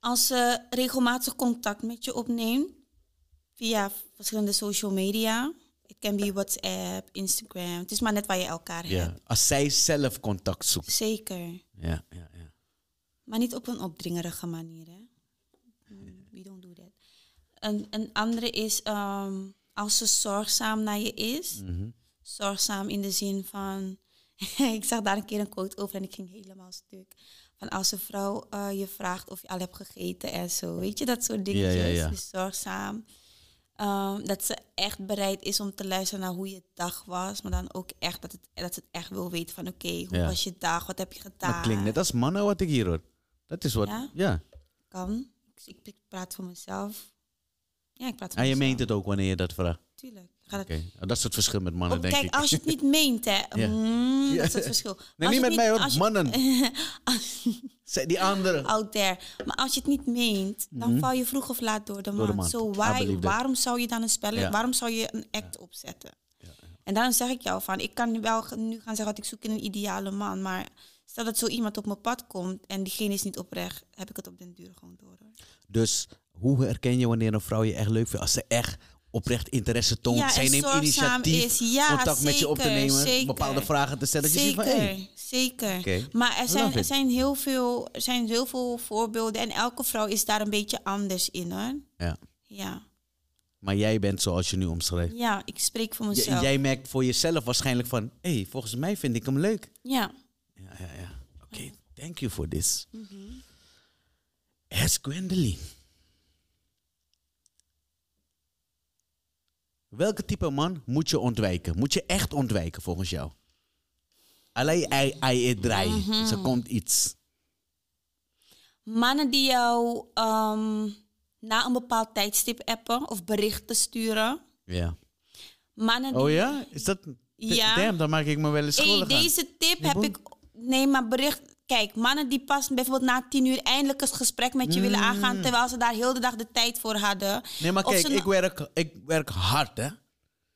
B: Als ze regelmatig contact met je opneemt, via verschillende social media. Het kan be WhatsApp, Instagram. Het is maar net waar je elkaar hebt.
A: Als zij zelf contact zoekt.
B: Zeker.
A: Ja, ja, ja.
B: Maar niet op een opdringerige manier, hè? Mm, We don't do that. Een, een andere is ehm, als ze zorgzaam naar je is.
A: Mhm.
B: Zorgzaam in de zin van... ik zag daar een keer een quote over en ik ging helemaal stuk. Van als een vrouw eh, je vraagt of je al hebt gegeten en zo. Weet je, dat soort dingetjes.
A: ja.
B: Dus zorgzaam. Ehm, dat ze echt bereid is om te luisteren naar hoe je dag was. Maar dan ook echt dat, het, dat ze het echt wil weten van... Oké, hoe
A: Ja.
B: was je dag? Wat heb je gedaan?
A: Dat klinkt net als mannen wat ik hier hoor. Dat is wat. Ja.
B: Ja? kan. Ik, ik praat voor mezelf. Ja, ik praat voor
A: En Ah, je
B: mezelf.
A: meent het ook wanneer je dat vraagt.
B: Tuurlijk. Ik Ga dat...
A: Oké, Nou, dat is het verschil met mannen,
B: Oh,
A: denk
B: kijk,
A: ik.
B: als je het niet meent, hè.
A: Ja.
B: Mm, Dat is het verschil.
A: Nee,
B: Als
A: niet
B: je
A: met
B: het
A: mij hoor,
B: als je-
A: mannen. Zij- Die anderen.
B: Out there. Maar als je het niet meent, dan val je vroeg of laat door de
A: Mhm. de
B: man.
A: mand.
B: Zo,
A: I
B: why-
A: believe that.
B: waarom zou je dan een spel,
A: Ja.
B: waarom zou je een act opzetten? En daarom zeg ik jou van, ik kan nu wel ge- nu gaan zeggen dat ik zoek in een ideale man, maar stel dat zo iemand op mijn pad komt en diegene is niet oprecht, heb ik het op den duur gewoon door. hoor.
A: Dus hoe herken je wanneer een vrouw je echt leuk vindt? Als ze echt oprecht interesse toont.
B: Ja,
A: Zij
B: en
A: neemt
B: zorgzaam
A: initiatief
B: is. Ja,
A: contact met je op te
B: zeker,
A: nemen.
B: zeker.
A: Bepaalde vragen te stellen. Dat je ziet
B: Zeker,
A: van, hey,
B: zeker.
A: Oké.
B: Maar er zijn,
A: love
B: er,
A: it.
B: zijn heel veel, er zijn heel veel voorbeelden en elke vrouw is daar een beetje anders in hoor.
A: ja.
B: Ja,
A: Maar jij bent zoals je nu omschrijft.
B: ja ik spreek voor
A: J-
B: mezelf.
A: jij merkt voor jezelf waarschijnlijk van... Hé, hey, volgens mij vind ik hem leuk.
B: Ja.
A: Ja, ja, ja. Oké, thank you for this.
B: Mm-hmm.
A: Ask Gwendoline. Welke type man moet je ontwijken? Moet je echt ontwijken volgens jou? Alleen hij, hij het draai.
B: Mm-hmm.
A: Ze komt iets.
B: Mannen die jou ehm, na een bepaald tijdstip appen of berichten sturen.
A: Ja.
B: Mannen die...
A: Oh ja? Is dat...
B: Ja.
A: Damn, dan maak ik me wel eens
B: Hey,
A: schuldig aan.
B: deze tip heb ik... Nee, maar bericht... Kijk, mannen die pas bijvoorbeeld na tien uur eindelijk een gesprek met je willen aangaan... terwijl ze daar heel de dag de tijd voor hadden.
A: Mm. Nee, maar
B: Of
A: kijk,
B: ze na-
A: ik werk, ik werk hard, hè?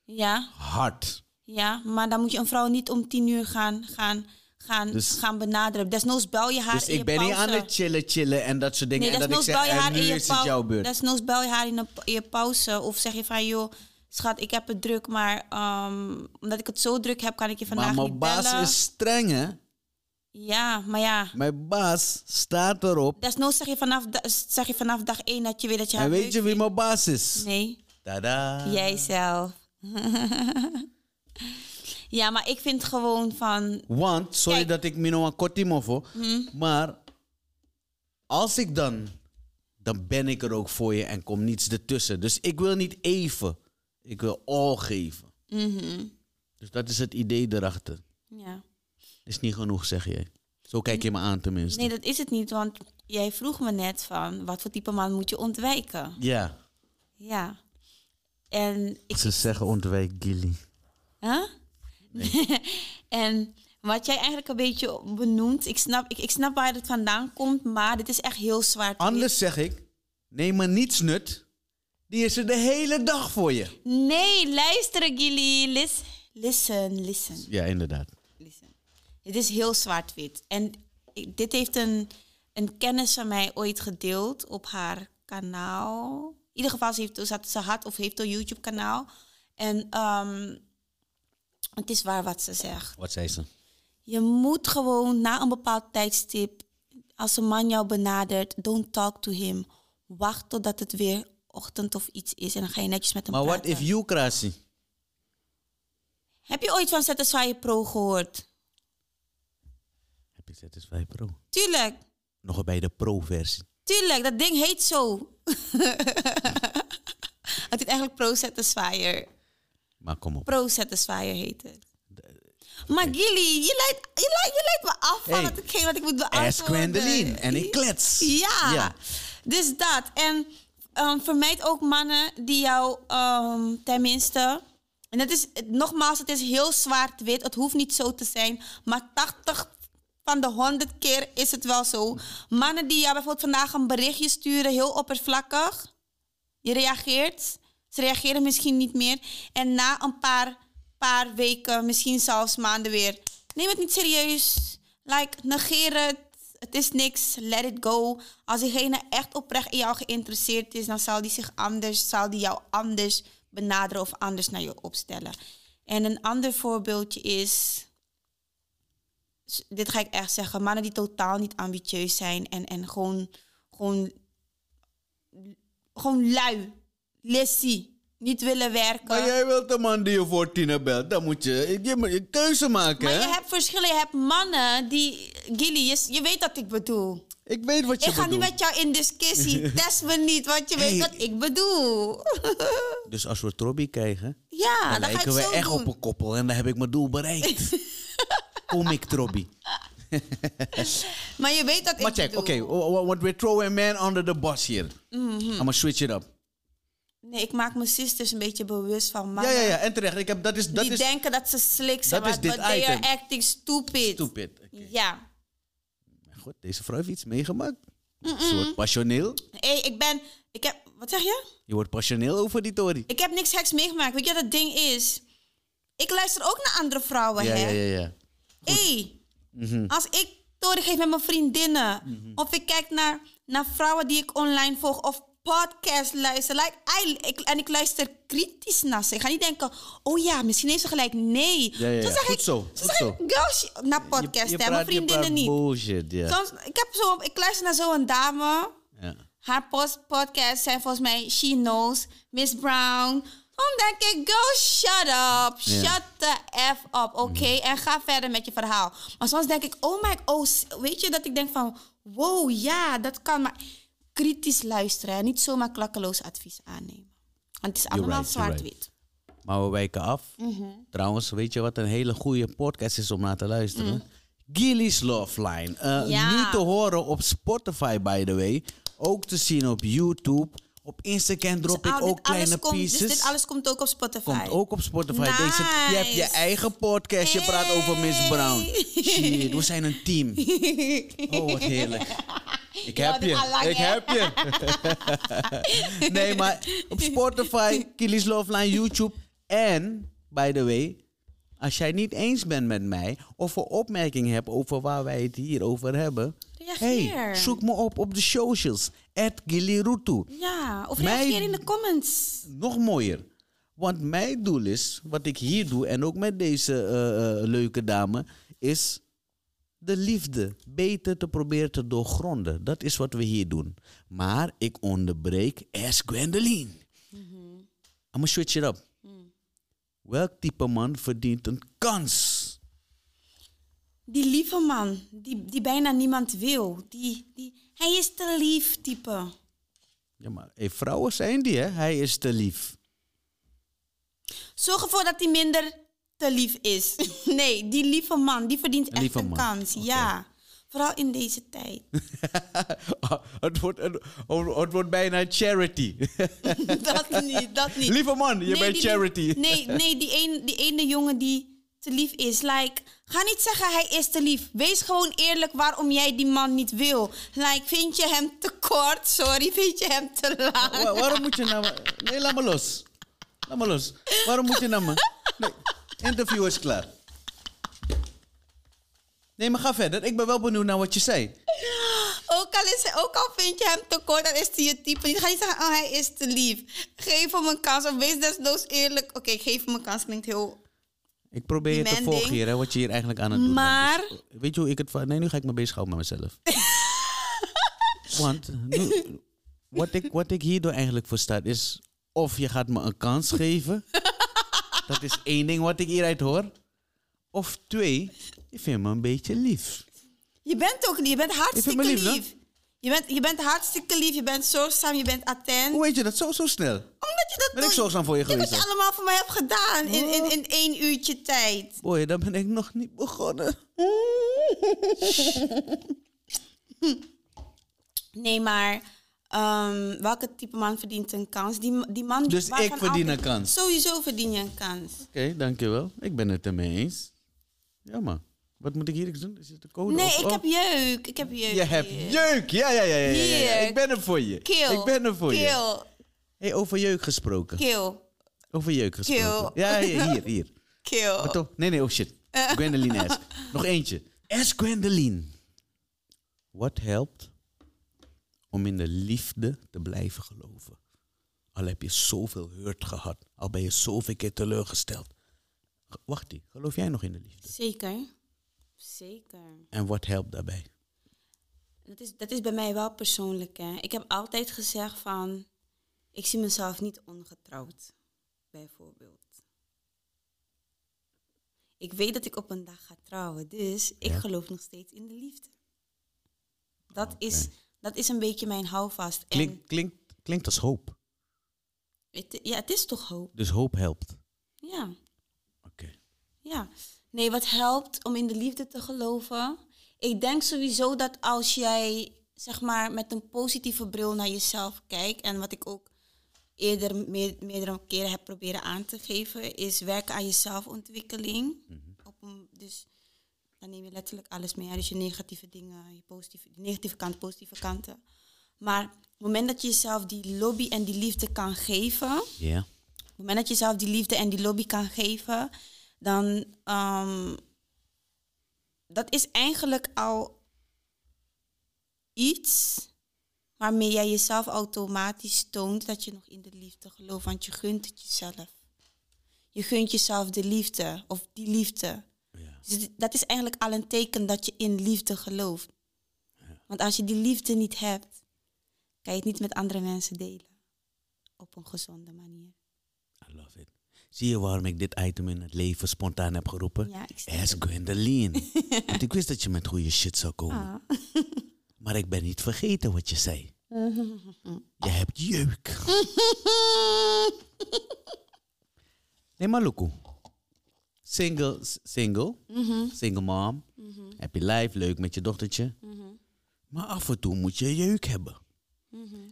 B: Ja,
A: Hard.
B: ja, maar dan moet je een vrouw niet om tien uur gaan, gaan, gaan,
A: Dus-
B: gaan benaderen. Desnoods bel je haar
A: Dus
B: in je
A: ik ben niet
B: pauze.
A: aan het chillen, chillen en dat soort dingen.
B: Nee,
A: en dat ik
B: desnoods
A: zeg,
B: bel je
A: en
B: haar
A: nu
B: in je
A: is het jouw
B: pauze.
A: beurt.
B: Desnoods bel je haar in, een, pa- in je pauze. Of zeg je van, joh, schat, ik heb het druk, maar ehm, omdat ik het zo druk heb, kan ik je vandaag
A: maar mijn
B: niet
A: baas
B: bellen.
A: is streng, hè?
B: Ja, maar ja.
A: Mijn baas staat erop.
B: Desnoods zeg je vanaf, da- zeg je vanaf dag één dat je weet dat je haar
A: En
B: leuk
A: weet je Ah. wie mijn baas is?
B: vindt. Nee,
A: Tada.
B: jijzelf. ja, maar ik vind gewoon van...
A: Want, sorry
B: Kijk. Mhm.
A: dat ik Mino een kort iemand voor, maar als ik dan, dan ben ik er ook voor je en komt niets ertussen. Dus ik wil niet even, ik wil al geven.
B: Mhm.
A: Dus dat is het idee erachter.
B: Ja.
A: Is niet genoeg, zeg jij. Zo kijk je me aan tenminste.
B: Nee, dat is het niet, want jij vroeg me net van... wat voor type man moet je ontwijken?
A: Ja.
B: Ja. En ik...
A: Ze zeggen ontwijk Gilly.
B: Huh? en wat jij eigenlijk een beetje benoemt... ik snap, ik, ik snap waar het vandaan komt, maar dit is echt heel zwaar. te
A: Anders zeg ik, neem maar niets nut. Die is er de hele dag voor je.
B: Nee, luisteren, Gilly. Lis- listen, listen,
A: Ja, inderdaad.
B: listen. Het is heel zwart-wit. En ik- dit heeft een, een kennis van mij ooit gedeeld op haar kanaal. In ieder geval, ze, heeft, ze, had, ze had of heeft een YouTube-kanaal. En ehm, het is waar wat ze zegt.
A: Wat zei ze?
B: Je moet gewoon na een bepaald tijdstip, als een man jou benadert, don't talk to him. Wacht totdat het weer ochtend of iets is en dan ga je netjes met hem
A: Maar what
B: praten.
A: if you, Krasi?
B: Heb je ooit van Satisfy Pro gehoord?
A: Heb ik Satisfy Pro?
B: Tuurlijk,
A: Nog bij de Pro-versie.
B: tuurlijk. Dat ding heet zo. het is eigenlijk Pro Satisfyer.
A: Maar kom op.
B: Pro Satisfyer heet het. Maar Gilly, je leidt, je leidt, je leidt me af van
A: Hey,
B: wat hetgeen wat ik moet beantwoorden.
A: Ask Gwendoline en ik klets.
B: Ja.
A: Ja.
B: Dus dat. En ehm, vermijd ook mannen die jou ehm, tenminste. En dat is, het- nogmaals, het is heel zwart-wit. Het hoeft niet zo te zijn. Maar 80 van de 100 keer is het wel zo. Mannen die jou bijvoorbeeld vandaag een berichtje sturen, heel oppervlakkig. Je reageert. Ze reageren misschien niet meer. En na een paar, paar weken, misschien zelfs maanden weer. Neem het niet serieus. Like, negeer het. Het is niks. Let it go. Als diegene echt oprecht in jou geïnteresseerd is, dan zal die zich anders, zal die jou anders benaderen of anders naar je opstellen. En een ander voorbeeldje is s- dit ga ik echt zeggen, mannen die totaal niet ambitieus zijn en, en gewoon, gewoon, gewoon lui, lissie, niet willen werken.
A: Maar jij wilt de man die je voor tiener belt. Dan moet je, je moet je keuze maken,
B: Maar
A: hè?
B: je hebt verschillen, je hebt mannen die, Gilly, je, s- je weet wat ik bedoel.
A: Ik weet wat je
B: ik ga
A: bedoelt.
B: niet met jou in discussie, test me niet, want je weet
A: Hey.
B: wat ik bedoel.
A: Dus als we Trobby krijgen,
B: ja,
A: dan
B: dat ga ik
A: lijken we
B: zo
A: echt
B: doen.
A: op een koppel. En dan heb ik mijn doel bereikt. Kom ik Trobby.
B: Maar je weet wat
A: Maar
B: ik
A: check,
B: bedoel. Mhm.
A: oké. okay, what we're throwing man under the bus here. I'ma switch it up.
B: Nee, ik maak mijn sisters een beetje bewust van
A: Ja,
B: mannen.
A: ja, ja. En terecht. Ik heb, dat is, dat
B: die
A: is
B: denken dat ze slick zijn,
A: dat is
B: maar
A: dit
B: but they are
A: item.
B: acting stupid.
A: stupid. Oké.
B: Ja.
A: Goed, deze vrouw heeft iets meegemaakt. Ze wordt passioneel.
B: Hé, ik ben. Ik heb. Wat zeg je?
A: Je wordt passioneel over die Tory.
B: Ik heb niks geks meegemaakt. Weet je wat dat ding is? Ik luister ook naar andere vrouwen,
A: Ja,
B: hè?
A: ja, Mhm. ja, ja.
B: Hé, als ik toren geef met mijn vriendinnen,
A: Mhm.
B: of ik kijk naar, naar vrouwen die ik online volg, of podcasts luister, like, I- ik, en ik luister kritisch naar ze. Ik ga niet denken, oh ja, misschien heeft ze gelijk. Nee.
A: Ja, ja, ja.
B: Toen zeg
A: Goed
B: ik,
A: zo,
B: toen
A: goed
B: zeg
A: zo.
B: ik, girls, naar podcasts,
A: Je- je praat-
B: hè, mijn
A: je praat
B: vriendinnen niet.
A: bullshit, ja.
B: Soms, ik, heb zo, ik luister naar zo'n dame.
A: ja.
B: Haar post podcasts zijn volgens mij She Knows, Miss Brown. Toen denk ik, go shut up. Shut the F up, oké?
A: Mhm.
B: En ga verder met je verhaal. Maar soms denk ik, oh my, oh, s- weet je dat ik denk van, wow, ja, dat kan. Maar kritisch luisteren en niet zomaar klakkeloos advies aannemen. Want het is allemaal
A: right, you're right.
B: zwart-wit.
A: Maar we wijken af.
B: Mm-hmm.
A: Trouwens, weet je wat een hele goede podcast is om naar te luisteren? Gilly's Love Line. Eh,
B: Mm. Ja.
A: Nu te horen op Spotify, by the way. Ook te zien op YouTube. Op Instagram drop
B: Dus
A: ik
B: al dit
A: ook kleine
B: alles komt,
A: pieces.
B: Dus dit alles komt ook op Spotify.
A: Komt ook op Spotify.
B: Nice.
A: Deze, je hebt je eigen podcast. Je praat over Miss Brown.
B: Hey.
A: Shit, we zijn een team. Oh, wat heerlijk. Ik
B: Ja,
A: heb
B: dit al lang,
A: je. Ik
B: hè?
A: heb je. nee, maar op Spotify, Killy's Love Line, YouTube. En, by the way, als jij niet eens bent met mij... of een opmerking hebt over waar wij het hier over hebben...
B: Reageer.
A: Hey, zoek me op op de socials. At Gilly Rutu.
B: Ja, of
A: Mij-
B: reageer in de comments.
A: nog mooier. Want mijn doel is, wat ik hier doe en ook met deze eh, eh, leuke dame, is de liefde beter te proberen te doorgronden. Dat is wat we hier doen. Maar ik onderbreek as Gwendoline. I'ma switch it up. Welk type man verdient een kans?
B: Die lieve man, die, die bijna niemand wil. Die, die, hij is te lief, type.
A: Ja, maar hey, vrouwen zijn die, hè? Hij is te lief.
B: Zorg ervoor dat hij minder te lief is. Nee, die lieve man, die verdient echt
A: lieve
B: een
A: man,
B: kans. Ja, vooral in deze tijd.
A: het, wordt, het, het wordt bijna charity.
B: dat niet, dat niet.
A: Lieve man, je bent
B: die-
A: charity.
B: Nee, nee die, een, die ene jongen die te lief is. Like, ga niet zeggen hij is te lief. Wees gewoon eerlijk waarom jij die man niet wil. Like, vind je hem te kort? Sorry, vind je hem te laag?
A: Wa- waarom moet je naar me... Nee, laat me los. Laat me los. Waarom moet je naar me... Nee, interview is klaar. Nee, maar ga verder. Ik ben wel benieuwd naar wat je zei.
B: Ook al, is, ook al vind je hem te kort, dan is hij je type. Je gaat niet zeggen, oh, hij is te lief. Geef hem een kans. Of wees desnoods eerlijk. Oké, geef hem een kans. Klinkt heel...
A: Ik probeer je te
B: Demanding.
A: volgen hier, hè, wat je hier eigenlijk aan het doen
B: Maar-
A: bent. Dus, weet je hoe ik het... va- Nee, nu ga ik me bezighouden met mezelf. Want nu, wat, ik, wat ik hierdoor eigenlijk versta is... Of je gaat me een kans geven... Dat is één ding wat ik hieruit hoor. Of twee, je vindt me een beetje lief.
B: Je bent ook lief. Je bent hartstikke
A: lief,
B: lief.
A: hè?
B: Je bent, je bent hartstikke lief. Je bent zorgzaam. Je bent attent.
A: Hoe weet je dat zo, zo snel?
B: Omdat je dat
A: Ben ik
B: doet-
A: zorgzaam voor je geweest?
B: Wat
A: hè?
B: je allemaal voor mij hebt gedaan in, in, in één uurtje tijd.
A: Boy, daar ben ik nog niet begonnen.
B: Nee, maar ehm, welke type man verdient een kans? Die, die man
A: Dus
B: waarvan
A: ik verdien
B: altijd-
A: een kans.
B: Sowieso verdien je een kans.
A: Oké, dankjewel. Ik ben het ermee eens. Ja, maar wat moet ik hier doen? Is het de code?
B: Nee,
A: of-
B: ik
A: oh,
B: heb jeuk. Ik heb jeuk.
A: Je hebt jeuk! Ja, ja, ja, ja, ja, ja, ja.
B: Hier.
A: Ik ben er voor je.
B: Keel.
A: Ik ben er voor je.
B: Keel.
A: Hey, over jeuk gesproken.
B: Keel.
A: Over jeuk gesproken.
B: Keel.
A: Ja, ja, hier, hier.
B: Keel.
A: Wat toch? Nee, nee, oh shit. Gwendoline S. Nog eentje. S. Gwendoline. Wat helpt om in de liefde te blijven geloven? Al heb je zoveel hurt gehad. Al ben je zoveel keer teleurgesteld. Ge- Wacht die. Geloof jij nog in de liefde?
B: Zeker. Zeker.
A: En wat helpt daarbij?
B: Dat is, dat is bij mij wel persoonlijk. Hè. Ik heb altijd gezegd van... Ik zie mezelf niet ongetrouwd. Bijvoorbeeld. Ik weet dat ik op een dag ga trouwen. Dus ik geloof nog steeds in de liefde. Dat, is, dat is een beetje mijn houvast.
A: Klink, klinkt, klinkt als hoop.
B: En het, ja, het is toch hoop.
A: Dus hoop helpt.
B: Ja.
A: Oké.
B: Ja, nee, wat helpt om in de liefde te geloven? Ik denk sowieso dat als jij, zeg maar, met een positieve bril naar jezelf kijkt, en wat ik ook eerder me- meerdere keren heb proberen aan te geven, is werken aan je zelfontwikkeling. Op een, dus dan neem je letterlijk alles mee. hè. Dus je negatieve dingen, je positieve, de negatieve kant, positieve kanten. Maar op het moment dat je jezelf die lobby en die liefde kan geven,
A: Ja.
B: op het moment dat je zelf die liefde en die lobby kan geven, dan ehm, dat is eigenlijk al iets waarmee jij jezelf automatisch toont dat je nog in de liefde gelooft, want je gunt het jezelf. Je gunt jezelf de liefde of die liefde.
A: Ja.
B: Dus het- dat is eigenlijk al een teken dat je in liefde gelooft. Want als je die liefde niet hebt, kan je het niet met andere mensen delen. Op een gezonde manier.
A: I love it. Zie je waarom ik dit item in het leven spontaan heb geroepen?
B: Ja, ik snap
A: As Gwendoline. Want ik wist dat je met goede shit zou komen.
B: Ah.
A: Maar ik ben niet vergeten wat je zei. Je hebt jeuk. Nee, maar Luku. Single, s- single.
B: Mhm.
A: Single mom. Heb je life, leuk met je dochtertje.
B: Mhm.
A: Maar af en toe moet je jeuk hebben.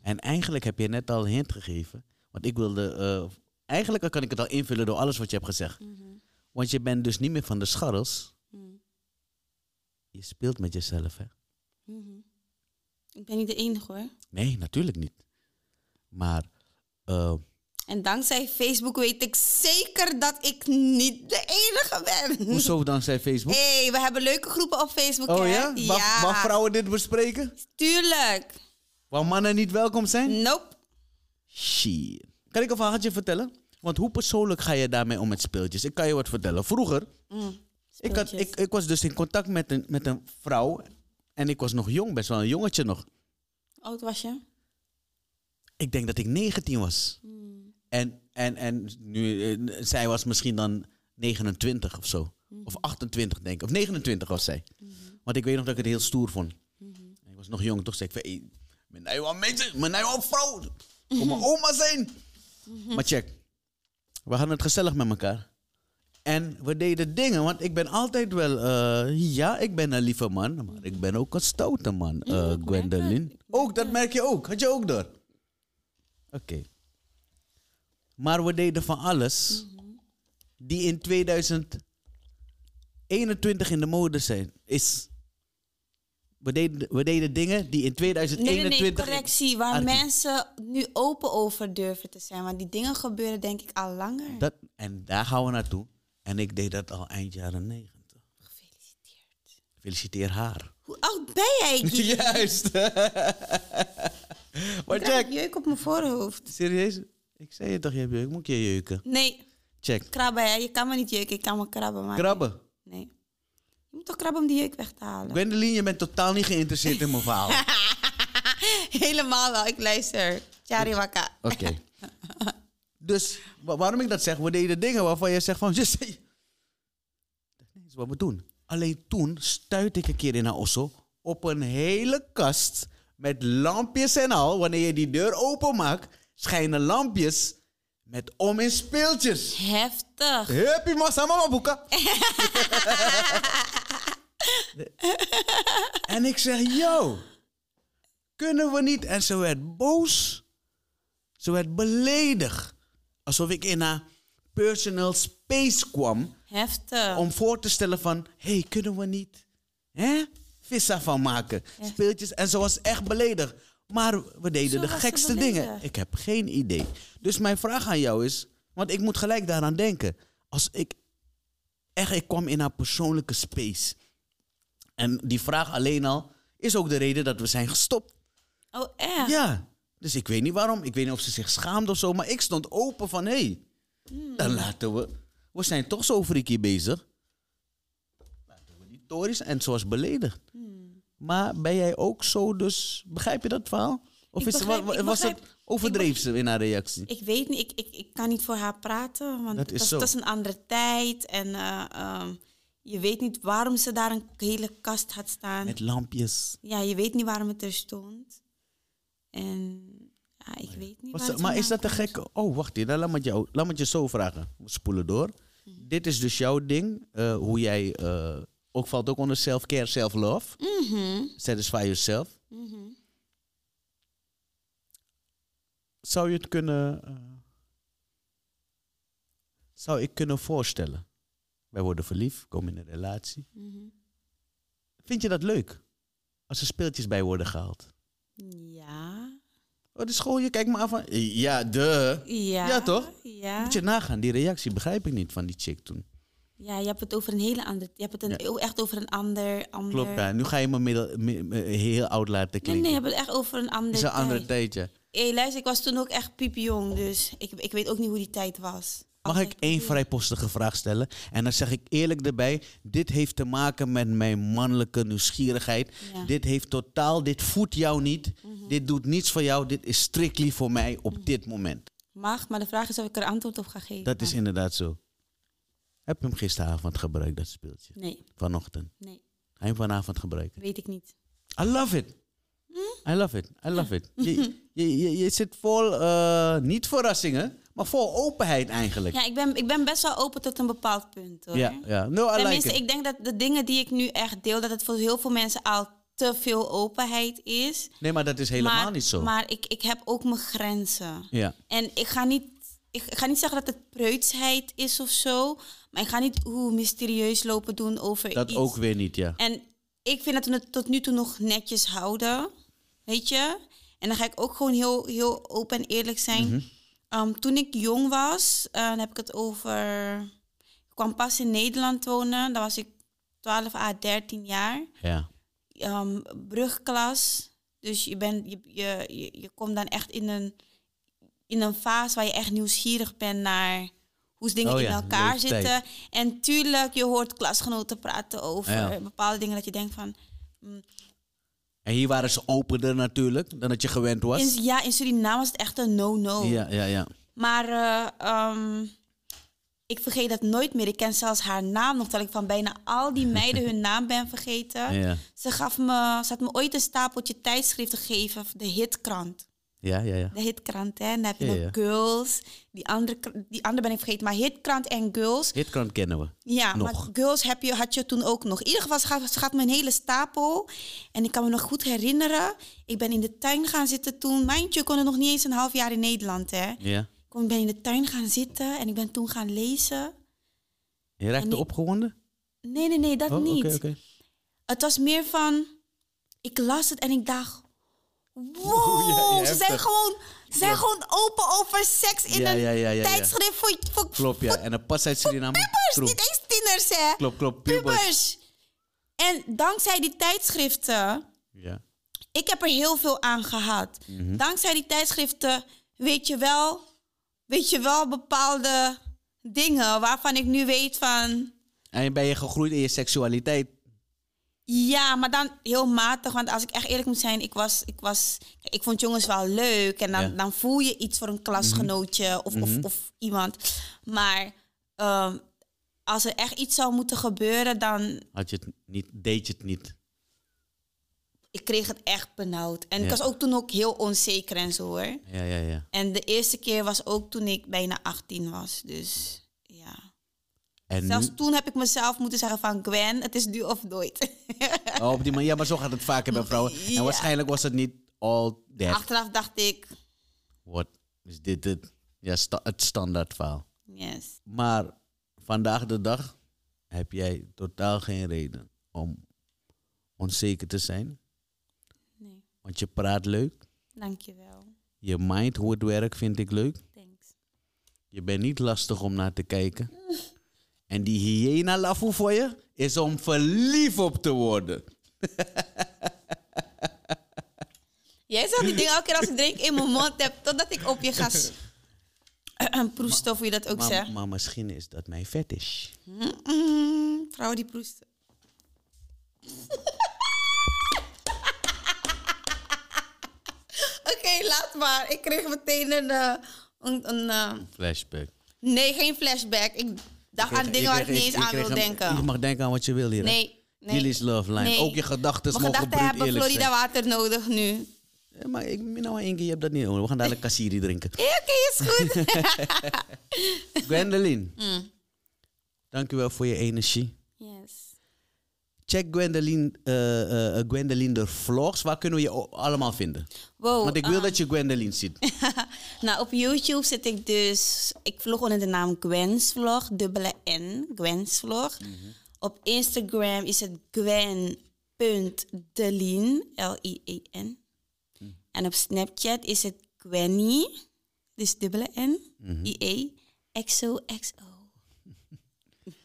A: En eigenlijk heb je net al een hint gegeven. Want ik wilde... eh, eigenlijk kan ik het al invullen door alles wat je hebt gezegd. Want je bent dus niet meer van de scharrels. Je speelt met jezelf, hè?
B: Ik ben niet de enige hoor.
A: Nee, natuurlijk niet. Maar eh,
B: En dankzij Facebook weet ik zeker dat ik niet de enige ben.
A: hoezo dan zei Facebook?
B: Hé, hey, we hebben leuke groepen op Facebook.
A: Oh
B: hè?
A: ja? Waar, waar vrouwen dit bespreken?
B: tuurlijk.
A: Waar mannen niet welkom zijn?
B: Nope.
A: Shit. Kan ik een verhaaltje vertellen? Want hoe persoonlijk ga je daarmee om met speeltjes? Ik kan je wat vertellen. Vroeger, ik, had,
B: speeltjes.
A: ik, ik was dus in contact met een, met een vrouw. En ik was nog jong, best wel een jongetje nog.
B: Oud was je?
A: Ik denk dat ik 19 was. En, en, en nu, eh, zij was misschien dan 29 of zo. Of 28, denk ik. Of 29 was zij. Want ik weet nog dat ik het heel stoer vond. Ik was nog jong, toch? Zei ik van, "Hey, mijn nieuwe mensen, mijn nieuwe vrouw. Kom mijn oma zijn. Maar check. We hadden het gezellig met elkaar. En we deden dingen, want ik ben altijd wel... eh, ja, ik ben een lieve man, maar ik ben ook een stoute man, eh Gwendoline. Ook, dat merk je ook. Had je ook door? Oké. Maar we deden van alles die in 2021 in de mode zijn, is. We deden, we deden dingen die in
B: Nee,
A: 2021...
B: nee, nee, correctie. Waar
A: Arkie.
B: mensen nu open over durven te zijn. Want die dingen gebeuren denk ik al langer.
A: Mm. Dat, en daar gaan we naartoe. En ik deed dat al eind jaren 90.
B: Gefeliciteerd.
A: Feliciteer haar.
B: Hoe oud ben jij, Guy?
A: Juist. maar
B: Ik krijg
A: check.
B: jeuk op mijn voorhoofd.
A: Serieus? Ik zei je toch, je hebt jeuk. Moet ik je jeuken?
B: Nee,
A: Check.
B: krabben hè. Je kan me niet jeuken. Ik kan me krabben. Maar
A: Krabben.
B: Nee. Je moet toch krabben om die jeuk weg te halen?
A: Gwendoline, je bent totaal niet geïnteresseerd in mijn verhaal.
B: Helemaal wel, ik luister. Chariwaka.
A: Oké. Dus wa- waarom ik dat zeg, we deden dingen waarvan je zegt van, just, dat is wat we doen. Alleen toen stuitte ik een keer in Osso op een hele kast met lampjes en al. Wanneer je die deur openmaakt, schijnen lampjes met om in speeltjes.
B: Heftig.
A: Happy massa mama boeka. en ik zeg, yo, kunnen we niet? En ze werd boos. Ze werd beledigd. Alsof ik in haar personal space kwam
B: Heftig.
A: om voor te stellen van... Hé, hey, kunnen we niet hè, vissa van maken? Speeltjes. En ze was echt beledigd. Maar we deden
B: Zo
A: de
B: was ze
A: gekste
B: beledigd.
A: dingen. Ik heb geen idee. Dus mijn vraag aan jou is... Want ik moet gelijk daaraan denken. Als ik... Echt, ik kwam in haar persoonlijke space. En die vraag alleen al is ook de reden dat we zijn gestopt.
B: Oh, echt?
A: Ja. Dus ik weet niet waarom. Ik weet niet of ze zich schaamde of zo. Maar ik stond open van, hé, hey,
B: Hmm.
A: dan laten we... We zijn toch zo freaky bezig. Laten we die tories... En ze was beledigd.
B: Hmm.
A: Maar ben jij ook zo dus... Begrijp je dat verhaal? Of
B: Ik
A: is,
B: begrijp-
A: wa- wa-
B: ik
A: was dat
B: begrijp-
A: overdreef ze in haar reactie?
B: Ik weet niet, ik, ik, ik kan niet voor haar praten, want
A: Dat
B: dat
A: is
B: is,
A: zo.
B: dat is een andere tijd. En eh, ehm, je weet niet waarom ze daar een hele kast had staan.
A: Met lampjes.
B: Ja, je weet niet waarom het er stond. En ja, ik weet niet
A: Oh Was
B: waar
A: dat-
B: het
A: maar is
B: vandaan
A: dat een
B: komt.
A: gekke... Oh, wacht even. Laat me het jou, laat me het je zo vragen. We spoelen door.
B: Mhm.
A: Dit is dus jouw ding. eh, hoe jij... eh, ook valt ook onder self-care, self-love.
B: Mhm,
A: Satisfy yourself.
B: mhm.
A: zou je het kunnen. eh, zou ik kunnen voorstellen? Wij worden verliefd, komen in een relatie.
B: Mhm.
A: Vind je dat leuk? Als er speeltjes bij worden gehaald.
B: Ja.
A: Oh, de school, je kijkt me aan van. Ja, de.
B: ja.
A: Ja, toch?
B: Ja.
A: Moet je nagaan, die reactie begrijp ik niet van die chick toen.
B: Ja, je hebt het over een hele andere... Je hebt het een, echt over een ander... ander
A: Klopt, ja. Nu ga je me middel, mi- mi- heel oud laten
B: Nee,
A: klinken.
B: nee, je hebt het echt over een ander
A: is een andere
B: tijd.
A: tijdje.
B: Hé, luister, ik was toen ook echt piepjong, dus ik, ik weet ook niet hoe die tijd was.
A: Mag ik één vrijpostige vraag stellen? En dan zeg ik eerlijk erbij, dit heeft te maken met mijn mannelijke nieuwsgierigheid.
B: Ja. Mhm.
A: Dit heeft totaal, dit voedt jou niet. Dit doet niets voor jou. Dit is strictly voor mij op dit moment.
B: Mag, maar de vraag is of Mhm. ik er antwoord op ga geven.
A: Dat is inderdaad zo. Heb je hem gisteravond gebruikt, dat speeltje?
B: Nee,
A: Vanochtend.
B: nee,
A: Heb je hem vanavond gebruikt?
B: weet ik niet.
A: I love it.
B: Hmm?
A: I love it. I love it. Je, je, je, je zit vol, eh, niet verrassingen, maar vol openheid eigenlijk.
B: Ja, ik ben, ik ben best wel open tot een bepaald punt, hoor.
A: ja. ja. No, I like
B: Tenminste,
A: it.
B: ik denk dat de dingen die ik nu echt deel, dat het voor heel veel mensen al te veel openheid is.
A: Nee, maar dat is helemaal
B: maar,
A: niet zo.
B: Maar ik, ik heb ook mijn grenzen.
A: ja.
B: En ik ga niet... Ik ik ga niet zeggen dat het preutsheid is of zo, maar ik ga niet hoe mysterieus lopen doen over
A: Dat
B: iets.
A: ook weer niet, ja.
B: En ik vind dat we het tot nu toe nog netjes houden. Weet je? En dan ga ik ook gewoon heel, heel open en eerlijk zijn. Ehm, toen ik jong was, eh, dan heb ik het over. Ik kwam pas in Nederland wonen. Dan was ik 12 à 13 jaar.
A: ja.
B: Ehm, brugklas. Dus je, bent je, je, je, je komt dan echt in een, in een fase waar je echt nieuwsgierig bent naar hoe dingen
A: Oh
B: in
A: ja,
B: elkaar
A: leeftijd.
B: zitten. En tuurlijk, je hoort klasgenoten praten over
A: Ja.
B: bepaalde dingen dat je denkt van...
A: En hier waren ze opener natuurlijk dan dat je gewend was.
B: In, ja, in Suriname was het echt een no-no.
A: Ja, ja, ja.
B: Maar eh, ehm, ik vergeet dat nooit meer. Ik ken zelfs haar naam nog, terwijl ik van bijna al die meiden hun naam ben vergeten.
A: Ja,
B: Ze, gaf me, ze had me ooit een stapeltje tijdschriften gegeven, de hitkrant.
A: ja, ja. ja.
B: De hitkrant, hè. Dan heb je
A: Ja,
B: nog
A: ja.
B: Girls. Die andere, kr- die andere ben ik vergeten. Maar hitkrant en Girls.
A: Hitkrant kennen we.
B: Ja,
A: Nog.
B: maar Girls heb je, had je toen ook nog. In ieder geval, ze gaf, ze gaf me een hele stapel. En ik kan me nog goed herinneren. Ik ben in de tuin gaan zitten toen. Mind you, ik kon er nog niet eens een half jaar in Nederland, hè.
A: Ja.
B: Ik kon- ben in de tuin gaan zitten en ik ben toen gaan lezen.
A: Je raakte
B: En die-
A: opgewonden?
B: Nee, nee, nee, dat
A: Oh, oké,
B: niet.
A: oké.
B: Het was meer van... Ik las het en ik dacht...
A: Oeh, Oh, ja,
B: Wow,
A: ja,
B: ze zijn
A: heftig.
B: gewoon... Ze zijn gewoon open over seks in
A: Ja,
B: een
A: ja, ja, ja, ja.
B: tijdschrift voor, voor,
A: Klopt, ja. En een pas uit Suriname.
B: pubers.
A: Troep.
B: Niet eens tieners, hè.
A: Klopt, klopt. Pubers.
B: Pubers. En dankzij die tijdschriften...
A: Ja.
B: Ik heb er heel veel aan gehad.
A: Mhm.
B: Dankzij die tijdschriften weet je wel... Weet je wel bepaalde dingen waarvan ik nu weet van...
A: En ben je gegroeid in je seksualiteit?
B: Ja, maar dan heel matig. Want als ik echt eerlijk moet zijn, ik, was, ik, was, ik vond jongens wel leuk. En dan,
A: Ja. Mhm.
B: dan voel je iets voor een klasgenootje of, of, of iemand. Maar ehm, als er echt iets zou moeten gebeuren, dan...
A: Had je het niet, deed je het niet.
B: Ik kreeg het echt benauwd. En ik
A: Ja.
B: was ook toen ook heel onzeker en zo hoor.
A: Ja, ja, ja.
B: En de eerste keer was ook toen ik bijna 18 was. Dus ja.
A: En nu?
B: Zelfs toen heb ik mezelf moeten zeggen van Gwen, het is nu of nooit.
A: Oh, op die manier. Ja, maar zo gaat het vaker bij vrouwen.
B: Ja.
A: En waarschijnlijk was het niet all that.
B: Achteraf dacht ik,
A: What is dit het? Ja, sta- het standaard verhaal.
B: yes.
A: Maar vandaag de dag heb jij totaal geen reden om onzeker te zijn.
B: Nee,
A: Want je praat leuk.
B: dankjewel.
A: Je mind hoe het werkt vind ik leuk.
B: Thanks.
A: Je bent niet lastig om naar te kijken. En die hyena lafoe voor je is om verliefd op te worden.
B: Jij zegt die dingen elke keer als ik drink in mijn mond heb, totdat ik op je ga s- proesten, of hoe je dat ook
A: Maar,
B: zegt.
A: maar misschien is dat mijn fetish.
B: Mm, vrouwen die proesten. Oké, laat maar. Ik kreeg meteen een... eh, een, een, eh,
A: Flashback.
B: nee, geen flashback. Ik dacht aan Ah, dingen waar ik niet eens aan wil
A: Je
B: denken.
A: mag denken aan wat je wil hier. hè?
B: Nee, nee.
A: Jullie love line.
B: Nee.
A: Ook je gedachten
B: Mijn
A: mogen
B: gedachten
A: bruut
B: hebben
A: eerlijk
B: Florida
A: zijn.
B: water nodig nu.
A: Ja, maar ik ben nou één keer, je hebt dat niet nodig. We gaan dadelijk kassiri drinken.
B: Eh, Oké, is goed.
A: Gwendoline.
B: Mm.
A: Dankjewel voor je energie.
B: yes.
A: Check Gwendoline, eh, eh, eh, Gwendoline de vlogs. Waar kunnen we je o- allemaal vinden?
B: Wow.
A: Want ik wil dat je Gwendoline ziet.
B: Nou, op YouTube zit ik dus. Ik vlog onder de naam Gwen's Vlog, dubbele N, Gwen's Vlog.
A: Mhm.
B: Op Instagram is het Gwen.delien, L-I-E-N. E
A: Mhm.
B: En op Snapchat is het Gwenny, dus dubbele N,
A: Mhm.
B: E I-E, XOXO.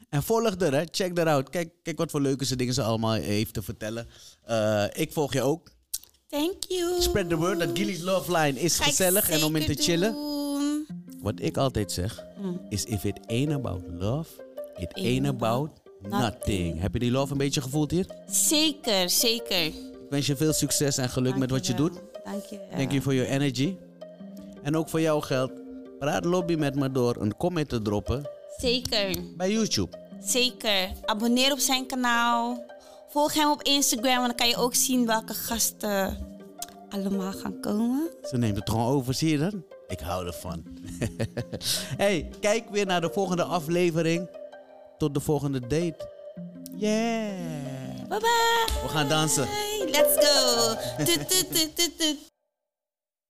A: En volg er, hè. check eruit. Kijk, kijk wat voor leuke ze dingen ze allemaal heeft te vertellen. Eh, ik volg je ook.
B: Thank you.
A: Spread the word dat Gilly's Love Line is
B: Ga ik
A: gezellig en om in te
B: zeker
A: chillen.
B: doen. Mm.
A: Wat ik altijd zeg is: if it ain't about love, it ain't about nothing. Heb je die love een beetje gevoeld hier?
B: Zeker, zeker.
A: Ik wens je veel succes en geluk met wat je doet.
B: Dank je wel.
A: Thank you for your energy. En ook voor jouw geld. Praat lobby met me door een comment te droppen
B: Zeker.
A: bij YouTube.
B: Zeker. Abonneer op zijn kanaal. Volg hem op Instagram, want dan kan je ook zien welke gasten allemaal gaan komen.
A: Ze neemt het gewoon over, zie je dat? Ik hou ervan. hey, kijk weer naar de volgende aflevering. Tot de volgende date. Yeah.
B: Bye bye.
A: We gaan dansen.
B: Let's go. Tut, tut, tut, tut, tut.